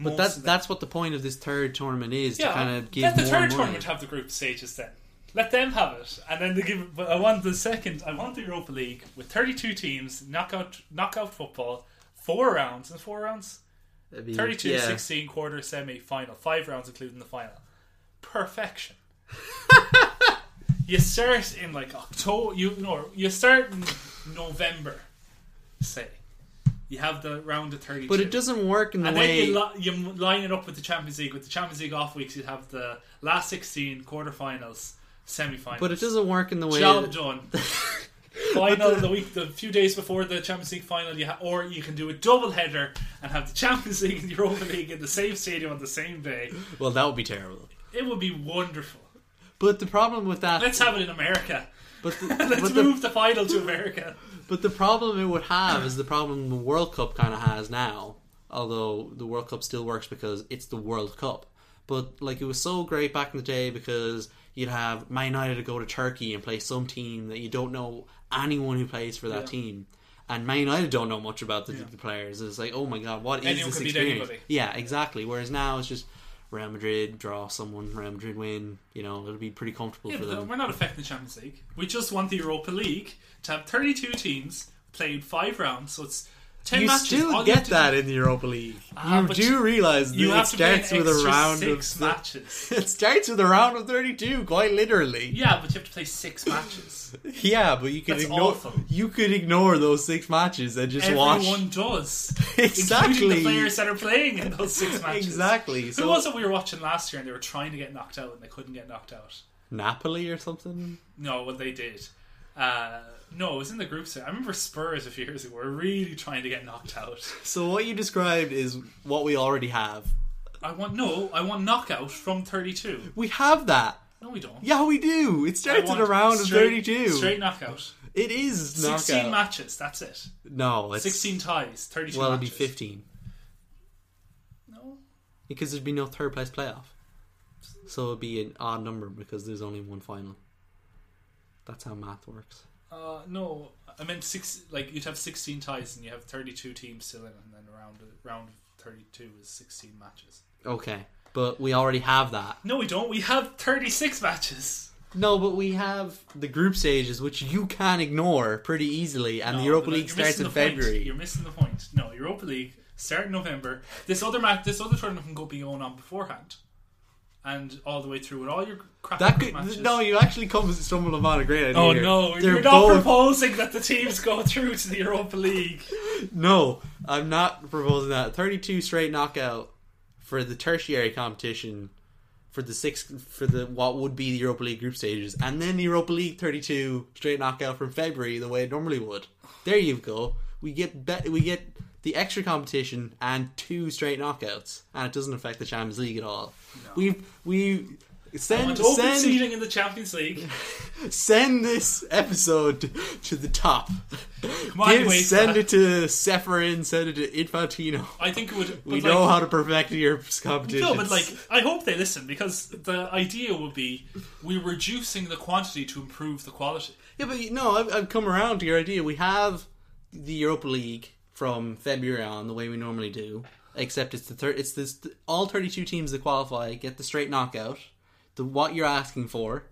but that's that's what the point of this third tournament is to kind of give
let the
more
third
money.
tournament have the group stages then. Let them have it, and then they give. But I want the second. I want the Europa League with thirty-two teams, knockout, knockout football, four rounds, and four rounds.
It'd be-
32
yeah.
16 quarter semi final five rounds including the final perfection you start in like october you no you start in november say you have the round of 32
But it doesn't work in the
and
way.
then you, li- you m- line it up with the champions league with the champions league off weeks you have the last 16 quarterfinals semi-finals
but it doesn't work in the way.
job
that-
done final the week the few days before the Champions League final you ha- or you can do a double header and have the Champions League and the Europa League in the same stadium on the same day
well, that would be terrible.
it would be wonderful
But the problem with that,
let's have it in America
but the,
let's
but the
move the final to America
But the problem it would have is the problem the World Cup kind of has now. Although the World Cup still works because it's the World Cup. But like it was so great back in the day because you'd have Man United to go to Turkey and play some team that you don't know anyone who plays for that
Yeah.
team. And Man United don't know much about the, the players. It's like, oh my god, what is
Anyone
this
could beat
experience?
anybody.
Yeah, exactly. Whereas now it's just Real Madrid draw someone, Real Madrid win. You know, it'll be pretty comfortable
yeah,
for
but
them.
we're not affecting the Champions League we just want the Europa League to have 32 teams played 5 rounds so it's 10
You
matches
still
All you have
get
to
that in the Europa League.
Ah,
you
but
do realize
do, you
that it
have to play an
starts with a
extra
round of
six matches
It starts with a round of thirty-two, quite literally.
yeah but you have to play 6 matches
Yeah, but you could
That's
ignore
awful.
you could ignore those six matches and just watch
Everyone does. Including
Exactly.
the players that are playing in those six matches.
exactly.
Who
So
was it we were watching last year and they were trying to get knocked out and they couldn't get knocked out?
Napoli or something.
No, well, they did. Uh, no, it was in the group stage. I remember Spurs a few years ago were really trying to get knocked out.
So what you described is what we already have.
I want no, I want knockout from 32.
We have that.
No, we don't.
Yeah, we do. It starts at
want
a round of
straight-
32.
Straight knockout.
It is
16
knockout.
matches, that's it.
no, it's
16 ties, 32
well, it'd be
matches.
15
No.
because there'd be no third place playoff. So it'd be an odd number because there's only one final. That's how math works.
Uh, no, I meant six. Like you'd have sixteen ties, and you have thirty-two teams still in, and then round round thirty-two is sixteen matches.
Okay, but we already have that.
No, we don't. We have thirty-six matches.
No, but we have the group stages, which you can ignore pretty easily, and the
No,
Europa
but
League
you're
starts
missing
in
the point.
February.
You're missing the point. No, Europa League start in November. This other match, this other tournament can go be going on beforehand, and all the way through with all your crap
That could
matches.
no, you actually come stumble upon a great idea.
Oh
here.
no!
They're
You're not
both-
proposing that the teams go through to the Europa League.
No, I'm not proposing that. 32 straight knockout for the tertiary competition for the six for the what would be the Europa League group stages, and then the Europa League 32 straight knockout from February the way it normally would. There you go. We get be- we get the extra competition and two straight knockouts, and it doesn't affect the Champions League at all. We've we
I
send
want open
send
seating in the Champions League.
send this episode to the top.
on,
Give-
wait,
send
uh,
it to Seferin, send it to Infantino.
I think it would.
We
but,
know
like,
how to perfect your competition.
No, but like, I hope they listen because the idea would be we're reducing the quantity to improve the quality.
yeah, but you- no, I've, I've come around to your idea. We have the Europa League from February on, the way we normally do. Except it's the third. It's this all thirty-two teams that qualify get the straight knockout, the what you're asking for,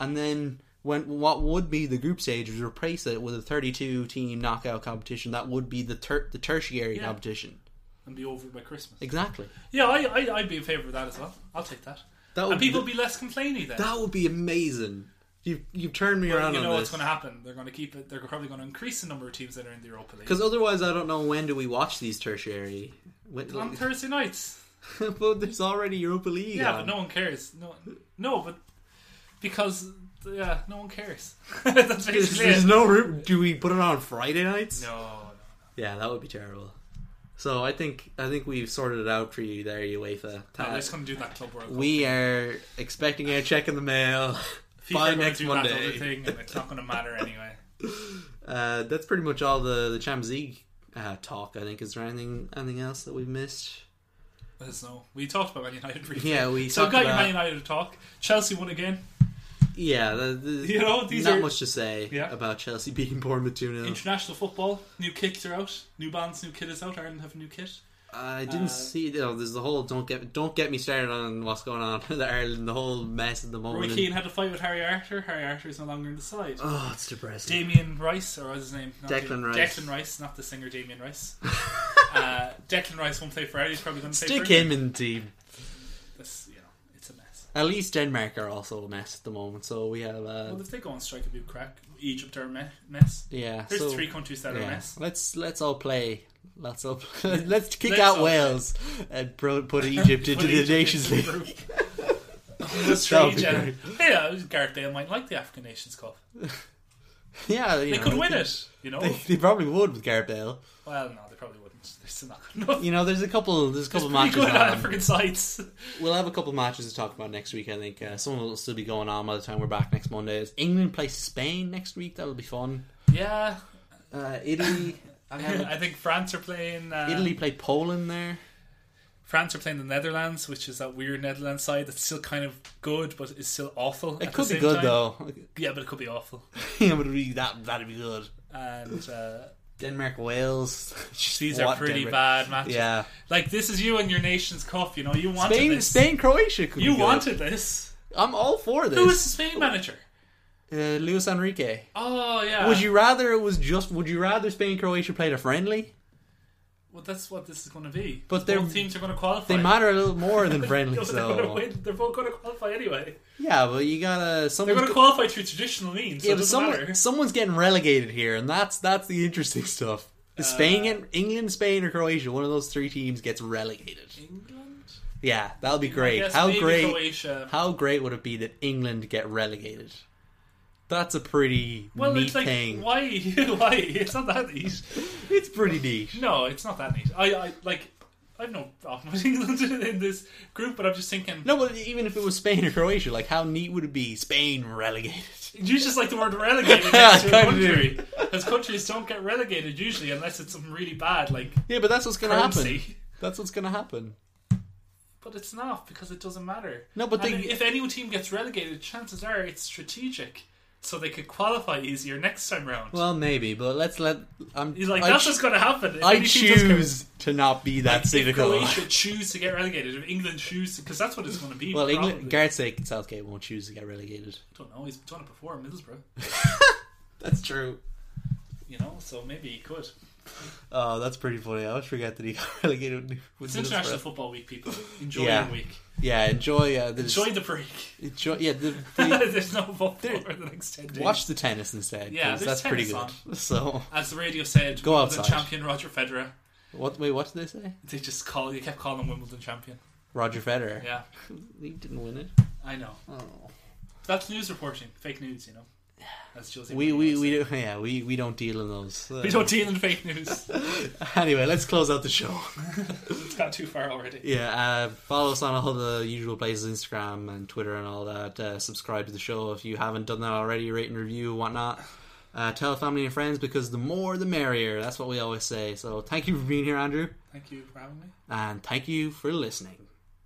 and then when what would be the group stage is replace it with a thirty-two team knockout competition. That would be the ter- the tertiary
Yeah.
competition.
And be over by Christmas.
Exactly.
Yeah, I, I, I'd be in favour of that as well. I'll take that.
That would
and
be
people
Oh, the-
would be less complaining then.
That would be amazing. You've you've turned me around
you know
on
what's
this.
going to happen. They're going to keep it. They're probably going to increase the number of teams that are in the Europa League.
Because otherwise, I don't know when do we watch these tertiary. When,
on Thursday nights.
but there's already Europa League.
Yeah,
on.
but no one cares. No, no, but because yeah, no one cares. That's
There's,
basically
there's
it.
no room. Do we put it on Friday nights?
no, no.
Yeah, that would be terrible. So I think I think we've sorted it out for you there, UEFA.
No, we're just going to do that club world. Cup.
we are expecting our check in the mail
FIFA are
by
gonna
next
do That other
Monday.
thing, and it's not going to matter anyway.
Uh, that's pretty much all the the Champions League uh, talk. I think. Is there anything anything else that we've missed?
Let us know. We talked about Man United briefly.
Yeah, we
So
talked
got your
about-
Man United to talk. Chelsea won again.
Yeah, the, the,
You know, these
not
are-
much to say
Yeah.
about Chelsea beating Bournemouth two 0
International football. New kicks are out. New bands. New kit is out. Ireland have a new kit.
I didn't
Uh,
see. You know, there's the whole don't get don't get me started on what's going on with Ireland, the whole mess at the
Roy
moment.
Keane had a fight with Harry Arter. Harry Arter is no longer in the side.
oh, it's depressing.
Damien Rice, or what's his name? Not
Declan
Damien-
Rice.
Declan Rice, not the singer Damien Rice. uh, Declan Rice won't play for Ireland. He's probably going to play
Stick
for
him in the team.
This, you know, it's a mess.
At least Denmark are also a mess at the moment. So we have uh,
Well, if they go on strike, it'll be a crack. Egypt are a me- mess.
yeah.
There's
so,
three countries that are a
yeah.
mess.
Let's let's all play. Let's all let's kick
Let's
out
all-
Wales and pro- put Egypt into
Put
the
Egypt
Nations
into the
League.
group. That's
That would
really
be
generous. Yeah, Gareth Bale might like the African Nations Cup.
Yeah, you
They
know,
could win it, you know.
They, they probably would with Gareth Bale.
well, no, they probably wouldn't. They're still not good enough.
You know, there's a couple there's a couple
Pretty
matches
good
on.
African sides.
We'll have a couple of matches to talk about next week. I think uh, some will still be going on by the time we're back next Monday. Is England plays Spain next week. That'll be fun.
Yeah,
Uh, Italy,
I think France are playing. Uh,
Italy play Poland there.
France are playing the Netherlands, which is that weird Netherlands side that's still kind of good, but is still awful.
It could be good though.
Yeah, but it could be awful.
yeah, but it'd be, that that'd be good.
And uh,
Denmark, Wales. Just
these are
what
pretty
Denmark-
bad matches.
Yeah,
Like this is you and your nation's cup. You know, you wanted
Spain,
this.
Spain, Croatia. Could
you
be good.
wanted this.
I'm all for this.
Who was the Spain manager?
uh, Luis Enrique.
Oh yeah.
Would you rather it was just? Would you rather Spain, Croatia played a friendly?
Well, that's what this is going to be.
But they're-
both teams are going to qualify.
They matter a little more than
No,
friendly.
they're, going to
so
win. they're both going to qualify anyway.
yeah, but you gotta.
They're
Someone's
going to
go-
qualify through traditional means. So
Yeah,
it
but
doesn't matter.
someone, someone's getting relegated here, and that's that's the interesting stuff. Is
Uh,
Spain, get, England, Spain, or Croatia, one of those three teams gets relegated.
England.
Yeah, that would be
I
great.
guess
How
maybe
great?
Croatia.
How great would it be that England get relegated? That's a pretty
Well,
neat
it's like
thing.
why? Why? It's not that easy.
It's pretty neat.
No, it's not that neat. I, I like I have no problem with England in this group, but I'm just thinking.
No, but even if it was Spain or Croatia, like how neat would it be? Spain relegated.
You just like the word relegated
Yeah,
next to a
I kinda
country. Because countries don't get relegated usually unless it's something really bad like
Yeah, but that's what's going to happen.
currency.
That's what's going to happen.
But it's not because it doesn't matter.
No, but
And
they-
if any team gets relegated, chances are it's strategic, so they could qualify easier next time round.
Well, maybe, but let's let. I'm.
He's like,
I,
that's
ch-
what's going to happen. If
I
any team does get-
choose to not be that
If
cynical.
Croatia choose to get relegated, if England choose, because that's what it's going to be.
Well,
probably.
England, Gareth Sake and Southgate won't choose to get relegated.
don't know. He's done it before, in Middlesbrough.
That's true.
You know, so maybe he could.
Oh, that's pretty funny. I always forget that he got relegated. With
It's International
Middlesbrough.
Football Week, people. Enjoy
Yeah.
your week.
Yeah, enjoy. Uh, the,
Enjoy the break.
enjoy. Yeah, the, the,
there's no football
There-
for the next 10 days.
watch the tennis instead.
Yeah,
'cause
there's
that's pretty good.
tennis
So,
As the radio said,
Go
Wimbledon
outside.
champion Roger Federer.
what? Wait, what did they say?
They just call. They kept calling him Wimbledon champion.
Roger Federer.
Yeah,
He didn't win it.
I know.
Oh.
That's news reporting. Fake news, you know. That's Josie.
We
Mourinho
we
said.
we don't, yeah we we don't deal in those.
We don't deal in fake news.
Anyway, let's close out the show.
it's gone too far already.
Yeah, uh, follow us on all the usual places, Instagram and Twitter and all that. Uh, subscribe to the show if you haven't done that already. Rate and review, whatnot. Uh, tell family and friends because the more the merrier. That's what we always say. So thank you for being here, Andrew,
Thank you for having me.
and thank you for listening.